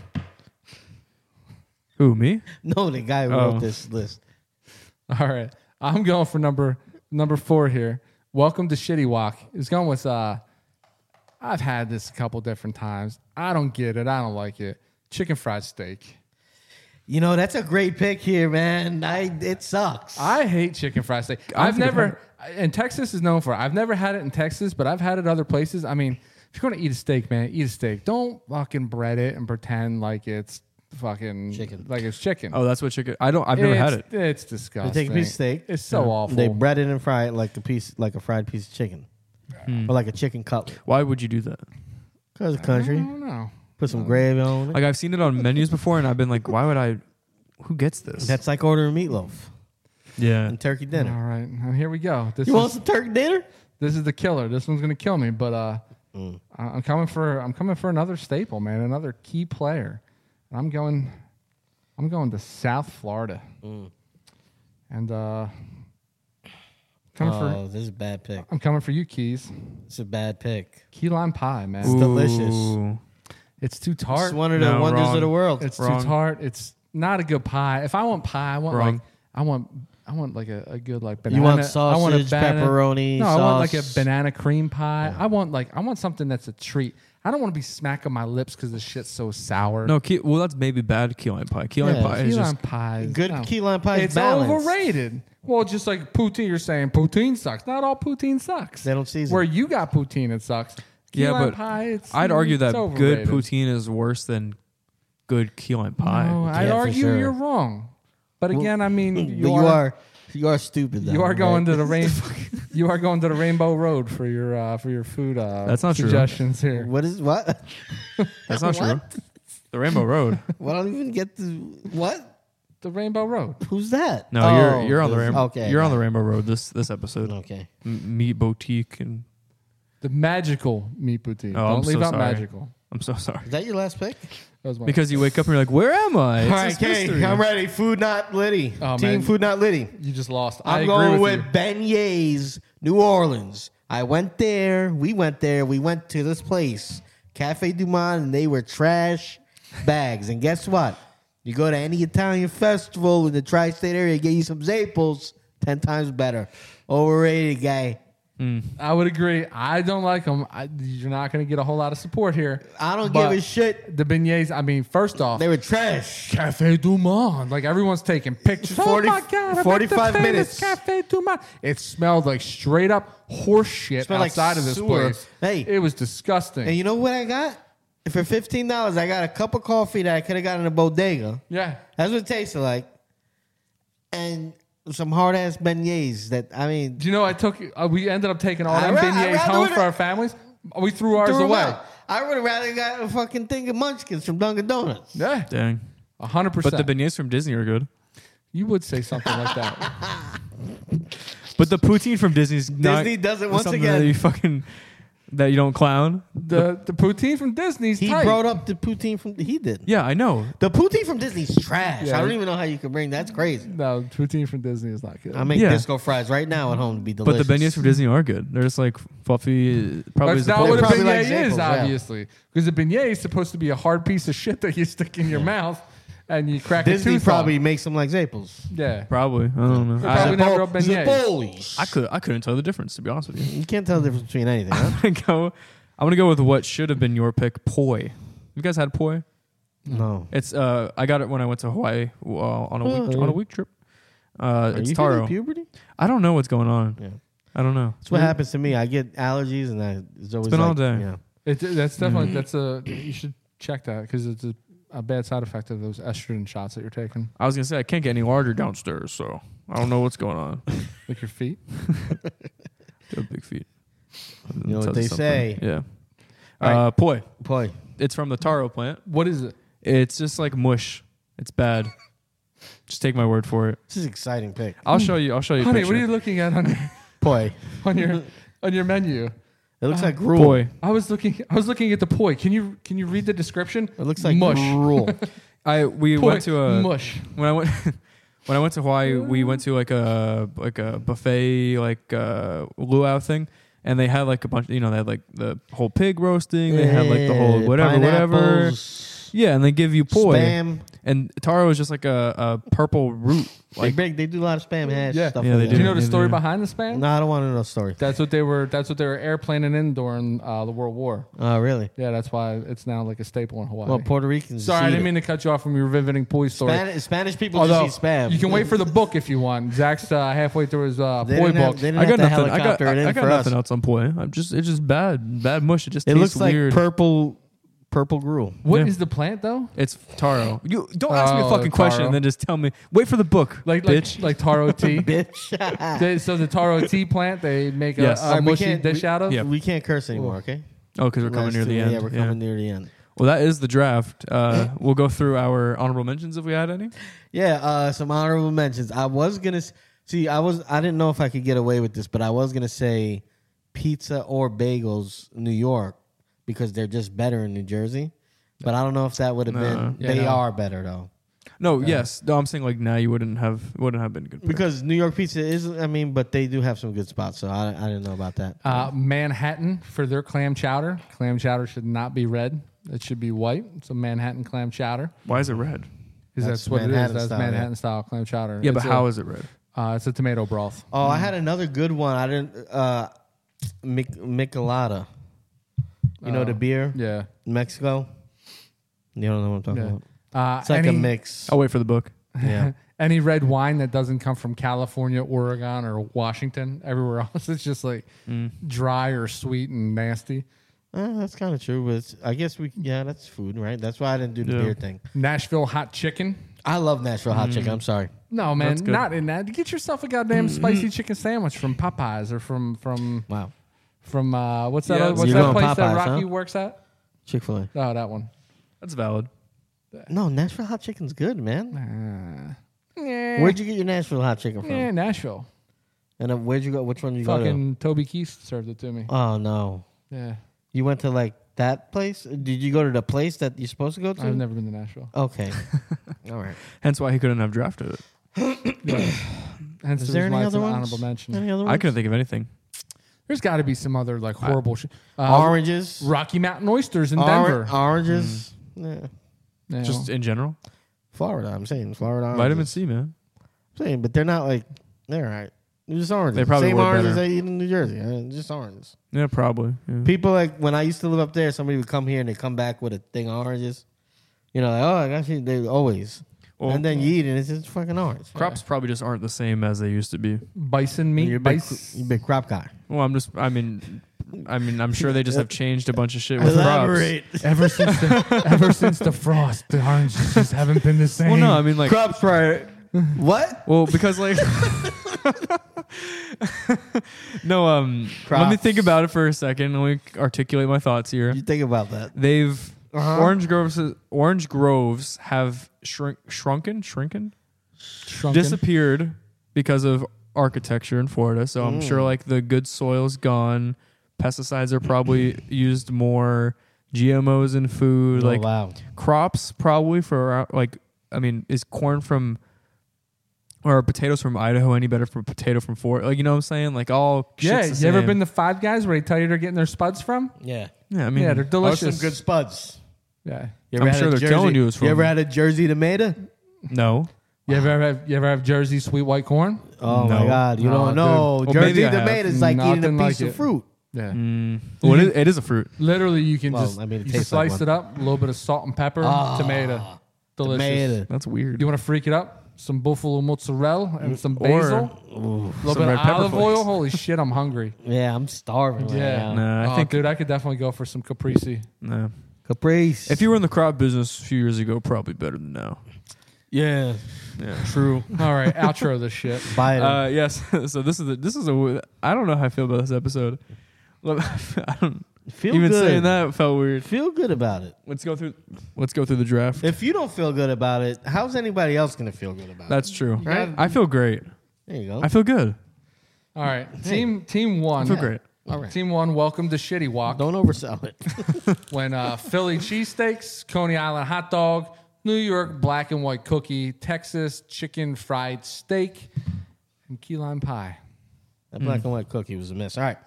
C: Who me?
B: No, the guy who wrote
C: Oh.
B: this list.
A: All right, I'm going for number number four here. Welcome to Shitty Walk. It's going with uh, I've had this a couple different times. I don't get it. I don't like it. Chicken fried steak.
B: You know, that's a great pick here, man. I it sucks.
A: I hate chicken fried steak.
C: I
A: I've
C: think I've
A: never, and Texas is known for. it. I've never had it in Texas, but I've had it other places. I mean, if you're going to eat a steak, man, eat a steak. Don't fucking bread it and pretend like it's fucking
B: Chicken.
A: Like it's chicken.
C: Oh, that's what chicken. I don't. I've never had it.
A: It's- It's disgusting.
B: They take a piece of steak.
A: It's so awful.
B: They bread it and fry it like a piece, like a fried piece of chicken, or like a chicken cutlet.
C: Why would you do that?
B: Cause of
A: I
B: country,
A: don't know.
B: put some gravy on it.
C: Like I've seen it on menus before, and I've been like, why would I? Who gets this?
B: That's like ordering meatloaf
C: yeah.
B: and turkey dinner.
A: All right, now here we go. This
B: You
A: is
B: want some turkey dinner?
A: this is the killer. This one's gonna kill me, but uh,
B: Mm.
A: I- I'm coming for I'm coming for another staple, man, another key player. And I'm going, I'm going to South Florida,
B: Mm.
A: and uh, coming for
B: Oh, this is a bad pick.
A: I'm coming for you, Keys.
B: It's a bad pick.
A: Key lime pie, man.
B: Ooh. delicious.
C: Ooh.
A: It's too tart.
B: It's one of the
C: No,
B: wonders
C: wrong.
B: of the world.
A: It's
C: Wrong.
A: too tart. It's not a good pie. If I want pie, I want
C: Wrong.
A: like I want I want like a, a good like banana.
B: you want
A: I want a
B: sausage,
A: banana-
B: pepperoni,
A: No, I want like a
B: sauce.
A: banana cream pie. I want like I want something that's a treat. I don't want to be smacking my lips because the shit's so sour.
C: No. Key, well, that's maybe bad key lime pie. Key lime
B: Yeah,
C: pie
A: key
C: is
A: lime
C: just.
A: pie. is-
B: Good
A: no.
B: key lime pie is
A: It's
B: balanced.
A: overrated. Well, just like poutine, you're saying poutine sucks. Not all poutine sucks.
B: They don't season
A: Where
B: it.
A: you got poutine, it sucks. Key
C: Yeah,
A: lime
C: but
A: pie, it's,
C: I'd argue that
A: it's
C: good
A: overrated.
C: poutine is worse than good key lime pie.
A: No, I'd
B: Yeah, for
A: argue
B: sure.
A: you're wrong. But again, I mean,
B: But
A: you,
B: you are you are stupid. Though,
A: You are
B: right?
A: going to the rain. you are going to the Rainbow Road for your uh, for your food. Uh,
C: That's not true.
A: suggestions here.
B: What is what?
C: That's not true. The Rainbow Road.
B: Well, I don't even get the what?
A: the Rainbow Road.
B: Who's that?
C: No,
B: Oh,
C: you're you're on the
B: this-
C: Rainbow.
B: Okay,
C: you're on the Rainbow Road this this episode.
B: Okay.
C: M- Meat Boutique and
A: The magical meat boutique.
C: Oh,
A: Don't
C: I'm
A: leave
C: so
A: out
C: sorry.
A: magical.
C: I'm so sorry
B: Is that your last pick?
A: That was one.
C: because you wake up and you're like, where am I? It's
B: All right,
C: this
B: okay,
C: mystery.
B: I'm ready. Food not litty.
A: Oh,
B: Team
A: man.
B: Food not litty.
A: you just lost. I
B: I'm
A: agree
B: going
A: with,
B: with,
A: you.
B: beignets, New Orleans. I went there. We went there. We went to this place, Cafe Dumont, and they were trash bags. And guess what? You go to any Italian festival in the tri-state area, get you some Zaples, ten times better. Overrated guy.
A: I would agree. I don't like them. I, you're not going to get a whole lot of support here.
B: I don't
A: But
B: give a shit.
A: The beignets. I mean, first off,
B: They were trash.
A: Cafe Du Monde. Like everyone's taking pictures.
B: 40
A: oh my god! I'm at
B: 45
A: the famous
B: minutes.
A: Cafe Du Monde. It smelled like straight up horse shit
B: Smelled like
A: outside of this
B: sewer.
A: place.
B: Hey.
A: it was disgusting.
B: And you know what I got? For fifteen dollars, I got a cup of coffee that I could have gotten in a bodega.
A: yeah,
B: That's what it tasted like. And some hard ass beignets that I mean
A: Do you know I took? Uh, we ended up taking all
B: I
A: them
B: ra- I
A: beignets
B: rather
A: home
B: would've-
A: for our families. We threw ours
B: threw 'em
A: away.
B: out. I would have rather got a fucking thing of munchkins from Dunkin' Donuts.
A: Yeah,
C: Dang.
A: a hundred
C: But
A: percent.
C: the beignets from Disney are good.
A: you would say something like that.
C: But the poutine from Disney's not
B: Disney does it once
C: something
B: again.
C: That you fucking that you don't clown.
A: The the poutine from Disney's
B: He
A: tight.
B: brought up the poutine from he did.
C: Yeah, I know.
B: The poutine from Disney's trash.
A: Yeah.
B: I don't even know how you could bring that's crazy.
A: no, poutine from Disney is not good.
B: I make
C: Yeah.
B: disco fries right now at home to be
C: But
B: delicious.
C: the beignets from Disney are good. They're just like fluffy. uh, Probably
A: That's not what a
B: They're
C: supposed-
B: probably
A: beignet
B: like
A: is,
B: Zappos, yeah.
A: obviously, because a beignet is supposed to be a hard piece of shit that you stick in your mouth and you crack a
B: Disney
A: tooth.
B: probably
A: on.
B: makes them like Zaples.
A: yeah.
C: probably. I don't know. I,
A: Probably not real beignets.
B: Zapolis.
C: I could I couldn't tell the difference to be honest with you.
B: You can't tell the difference between anything. Huh?
C: I'm gonna go. I'm gonna go with what should have been your pick, poi. You guys had poi?
B: no.
C: It's uh, I got it when I went to Hawaii uh, on a week
B: Oh.
C: on a week trip. Uh,
B: Are
C: it's
B: you getting
C: taro.
B: puberty?
C: I don't know what's going on.
B: Yeah.
C: I don't know.
B: That's what happens to me. I get allergies, and I it's always
C: been
B: like,
C: all day.
B: Yeah.
A: It, that's
B: Mm-hmm.
A: definitely that's a you should check that because it's a, a bad side effect of those estrogen shots that you're taking,
C: I was gonna say I can't get any larger downstairs, so I don't know what's going on.
A: like your feet.
C: They have big feet.
B: You know what
C: Says
B: they
C: something.
B: say.
C: Yeah.
A: All right.
C: Uh, poi.
B: Boy,
C: It's from the taro plant.
A: What is it?
C: It's just like mush. It's bad. Just take my word for it.
B: this is an exciting pick.
C: I'll show you. I'll show you. a
A: Honey,
C: picture.
A: what are you looking at on your
B: Boy,
A: on your on your menu?
B: it looks like gruel.
C: Poi.
A: I was looking. I was looking at the poi. Can you can you read the description?
B: It looks like
A: mush.
B: gruel.
C: I we
A: Poi,
C: went to a
A: mush.
C: when I went when I went to Hawaii, we went to like a like a buffet like uh, luau thing, and they had like a bunch. You know, they had like the whole pig roasting. They had like the whole
B: Yeah,
C: whatever, whatever.
B: pineapples,
C: Yeah, and they give you poi,
B: Spam.
C: and taro is just like a, a purple root.
B: they,
C: Like
B: bring, they do a lot of spam hash
A: Yeah.
B: stuff.
C: Yeah,
B: like
C: they
A: Do you
B: that.
A: know the
C: Yeah,
A: story
C: yeah.
A: behind the span?
B: No, I don't want to know the story.
A: That's what they were. That's what they were airplaning in during uh, the World War.
B: Oh, really?
A: Yeah, that's why it's now like a staple in Hawaii.
B: Well, Puerto Ricans.
A: Sorry, I
B: eat
A: didn't
B: it.
A: mean to cut you off from your riveting poi story.
B: Spanish, Spanish people
A: Although
B: just eat spam.
A: you can wait for the book if you want. Zach's uh, halfway through his uh,
B: They
A: poi
B: didn't have-
A: book.
B: they didn't
C: I got
B: have the
C: nothing. I got
B: helicopter it
C: I,
B: in
C: I got
B: for us.
C: nothing else on poi. I'm just it's just bad bad mush. It just
B: It looks
C: tastes
B: like
C: weird.
B: purple, purple gruel.
A: What is
C: Yeah.
A: the plant though?
C: it's taro. You don't ask me a
A: Oh,
C: fucking question
A: taro.
C: and then just tell me. Wait for the book,
A: Like like
C: bitch.
A: like taro tea.
B: Bitch.
A: They- so the taro tea plant they make a,
C: Yes.
A: a
C: All right,
B: we
A: mushy
B: can't-
A: dish
B: we-
A: out of.
C: Yeah.
B: We can't curse anymore, okay?
C: oh, because we're coming
B: Last
C: near
B: two-
C: the end.
B: Yeah, we're coming Eh. near the end.
C: Well, that is the draft. Uh, we'll go through our honorable mentions if we had any.
B: Yeah, uh, some honorable mentions. I was gonna s- see. I was. I didn't know if I could get away with this, but I was gonna say pizza or bagels, New York, because they're just better in New Jersey. But I don't know if that would have been.
A: Yeah,
B: they
A: no.
B: are better though,
C: No,
B: Uh.
C: yes. No, I'm saying like now you wouldn't have wouldn't have been a good. pick.
B: because New York pizza is. I mean, but they do have some good spots. So I, I didn't know about that.
A: Uh, Manhattan for their clam chowder. Clam chowder should not be red. It should be white. It's a Manhattan clam chowder.
C: Why is it red?
A: Because
B: That's
A: that's, what it is.
B: Manhattan
A: That's
B: style, yeah.
A: Manhattan style clam chowder.
C: Yeah, but
A: It's a-
C: how is it red?
A: Uh, it's a tomato broth.
B: Oh, I had another good one. I didn't. Uh, Mic- Michelada. You know
A: Oh.
B: the beer,
A: Yeah.
B: Mexico. You don't know what I'm talking
A: Yeah.
B: about.
A: Uh,
B: It's like
A: any,
B: a mix.
C: I'll wait for the book.
B: Yeah.
A: any red wine that doesn't come from California, Oregon, or Washington, everywhere else, it's just like
C: Mm.
A: dry or sweet and nasty.
B: Uh, that's kind of true, but it's, I guess we yeah, that's food, right? That's why I didn't do the
C: Yeah.
B: beer thing.
A: Nashville hot chicken.
B: I love Nashville hot
A: Mm.
B: chicken. I'm sorry.
A: No, man,
C: That's good.
A: not in that. Get yourself a goddamn spicy chicken sandwich from Popeyes or from from
B: Wow,
A: from uh, what's that?
C: Yeah,
A: other- what's
B: you're
A: that
B: going
A: place that
B: Popeyes,
A: Rocky
B: huh?
A: works at?
B: Chick Fil A.
A: Oh, that one.
C: That's valid.
B: No, Nashville hot chicken's good, man.
A: Uh,
B: Where'd you get your Nashville hot chicken from?
A: Yeah, Nashville.
B: And then where'd you go? Which one did you go
A: Fucking Toby Keith served it to me.
B: to? Oh no,
A: Yeah,
B: you went to like that place. Did you go to the place that you're supposed to go to?
A: I've never been to Nashville.
B: Okay. All right.
C: Hence why he couldn't have drafted it.
A: Hence
B: Is
A: the reason
B: there any
A: why it's
B: other
A: an
B: ones?
A: honorable mention.
B: Any other
C: I
B: ones?
C: couldn't think of anything.
A: There's got to be some other like horrible shit. Uh,
B: oranges.
A: Rocky Mountain oysters in
B: Or-
A: Denver. Mm.
B: Oranges. Yeah.
A: You know.
C: Just in general,
B: Florida. I'm saying Florida. Oranges.
C: vitamin C, man.
B: I'm saying, but they're not like they're all right. They're just oranges.
C: They probably
B: same
C: were
B: oranges
C: better.
B: they eat in New Jersey. I mean, just oranges.
C: Yeah, probably. Yeah.
B: People like when I used to live up there, somebody would come here and they come back with a thing of oranges. You know, like oh, I got you. They always.
C: Well-
B: and then you eat and it's just fucking orange.
C: Oh, Crops probably just aren't the same as they used to be.
A: bison meat.
B: You're a big,
A: bice-
B: you big crop guy.
C: Well, I'm just. I mean, I mean, I'm sure they just have changed a bunch of shit with crops.
B: Elaborate.
A: ever since the, ever since the frost, the oranges just haven't been the same.
C: Well, no, I mean like.
B: Crops prior. what?
C: Well, because like. no, um. Let me
B: Crops.
C: think about it for a second. Let me articulate my thoughts here.
B: You think about that?
C: They've
B: Uh-huh.
C: orange groves. Orange groves have shrink, shrunken, shrinken,
A: Shrunken.
C: disappeared because of architecture in Florida. So I'm
A: Mm.
C: sure like the good soil's gone. Pesticides are probably used more. GMOs in food, like
B: Oh, wow.
C: crops, probably for our- like. I mean, is corn from or potatoes from Idaho any better from a potato from Florida? Like you know what I'm saying? Like all shit's
A: yeah,
C: the
A: you
C: same.
A: ever been to Five Guys where they tell you they're getting their spuds from?
B: Yeah.
C: yeah, I mean,
A: yeah, they're
B: Or
A: delicious.
B: some good spuds.
A: yeah.
B: You
C: I'm
B: had
C: sure
B: a
C: they're
B: Jersey-
C: telling you it's
B: You
C: from-
B: ever had a Jersey tomato?
C: no.
A: You ever have you ever have Jersey sweet white corn?
B: Oh
C: No.
B: my God! You
A: No,
B: don't
A: dude.
B: know.
C: Well,
B: Jersey
C: maybe I have.
B: tomato is like eating a
A: Nothing like
B: piece of
A: it.
B: fruit.
A: Yeah.
C: Mm. Well, it is, it is a fruit.
A: Literally, you can
B: Well,
A: just
B: I mean, it
A: you
B: tastes like
A: slice
B: one. Ah,
A: it up, a little bit of salt and pepper, tomato, delicious.
B: Tomato.
C: That's weird.
A: You want to freak it up? Some buffalo mozzarella
B: Mm,
A: and some basil, a little
C: some
A: bit
C: red
A: of
C: pepper
A: olive
C: flakes.
A: oil. Holy shit, I'm hungry.
B: Yeah, I'm starving. right
A: Yeah,
B: now.
C: Nah, I
A: Oh,
C: think-
A: dude, I could definitely go for some caprese.
C: no.
B: Caprice.
C: If you were in the crop business a few years ago, probably better than now.
B: yeah,
C: Yeah.
B: true.
A: All right, outro this shit.
B: Biden.
C: Uh, yes. So this is a, this is a. I don't know how I feel about this episode. Look, I don't
B: feel
C: even
B: good.
C: saying that felt weird.
B: Feel good about it.
C: Let's go through. Let's go through the draft.
B: If you don't feel good about it, how's anybody else gonna feel good about
C: That's true.
B: Right?
C: I feel great.
B: it? There you go.
C: I feel good.
A: All right, team team
C: I
A: one.
C: feel great.
B: All right.
A: Team one, welcome to Shitty Walk.
B: Don't oversell it.
A: When uh, Philly cheesesteaks, Coney Island hot dog, New York black and white cookie, Texas chicken fried steak, and key lime pie.
B: that black
A: Mm.
B: and white cookie was a miss. All right.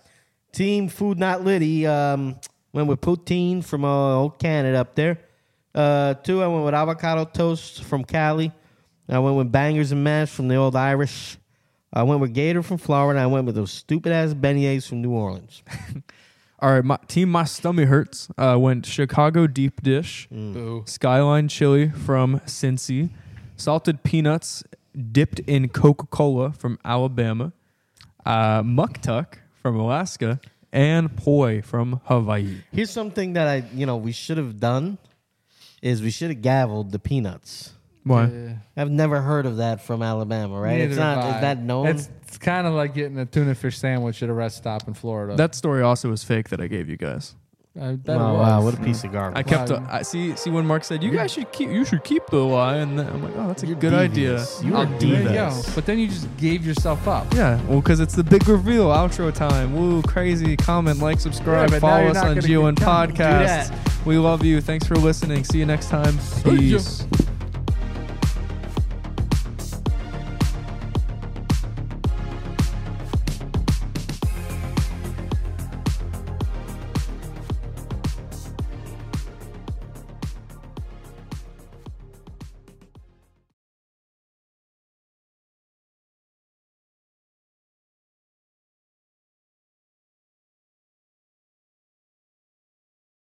B: Team Food Not Liddy um, went with poutine from uh, old Canada up there. Uh, two, I went with avocado toast from Cali. I went with bangers and mash from the old Irish. I went with Gator from Florida. I went with those stupid ass beignets from New Orleans.
C: All right, my team. My stomach hurts. Uh, went Chicago deep dish,
B: Mm.
A: Boo.
C: skyline chili from Cincy, salted peanuts dipped in Coca Cola from Alabama, uh, muktuk from Alaska, and poi from Hawaii.
B: Here's something that I, you know, we should have done is we should have gavelled the peanuts.
C: Why?
B: I've never heard of that from Alabama, right?
A: Uh, Neither
B: it's not
A: have I.
B: is that known?
A: It's, it's kind of like getting a tuna fish sandwich at a rest stop in Florida.
C: That story also was fake that I gave you guys.
A: I bet it
B: oh,
A: was.
B: wow, what a piece of garbage.
C: I kept. uh,
A: Wow.
C: I see. See when Mark said you guys should keep. You should keep the lie, and then I'm like, oh, that's a good
B: devious.
C: idea.
B: You
A: Oh,
B: are
A: there you
B: divas.
A: go. But then you just gave yourself up.
C: Yeah, well, because it's the big reveal outro time. Woo, crazy! Comment, like, subscribe,
A: Yeah, but now
C: follow
A: you're
C: us
A: not
C: on
A: gonna get
C: GON
A: done.
C: Podcast.
B: that.
C: We love you. Thanks for listening. See you next time.
A: ya.
C: Peace.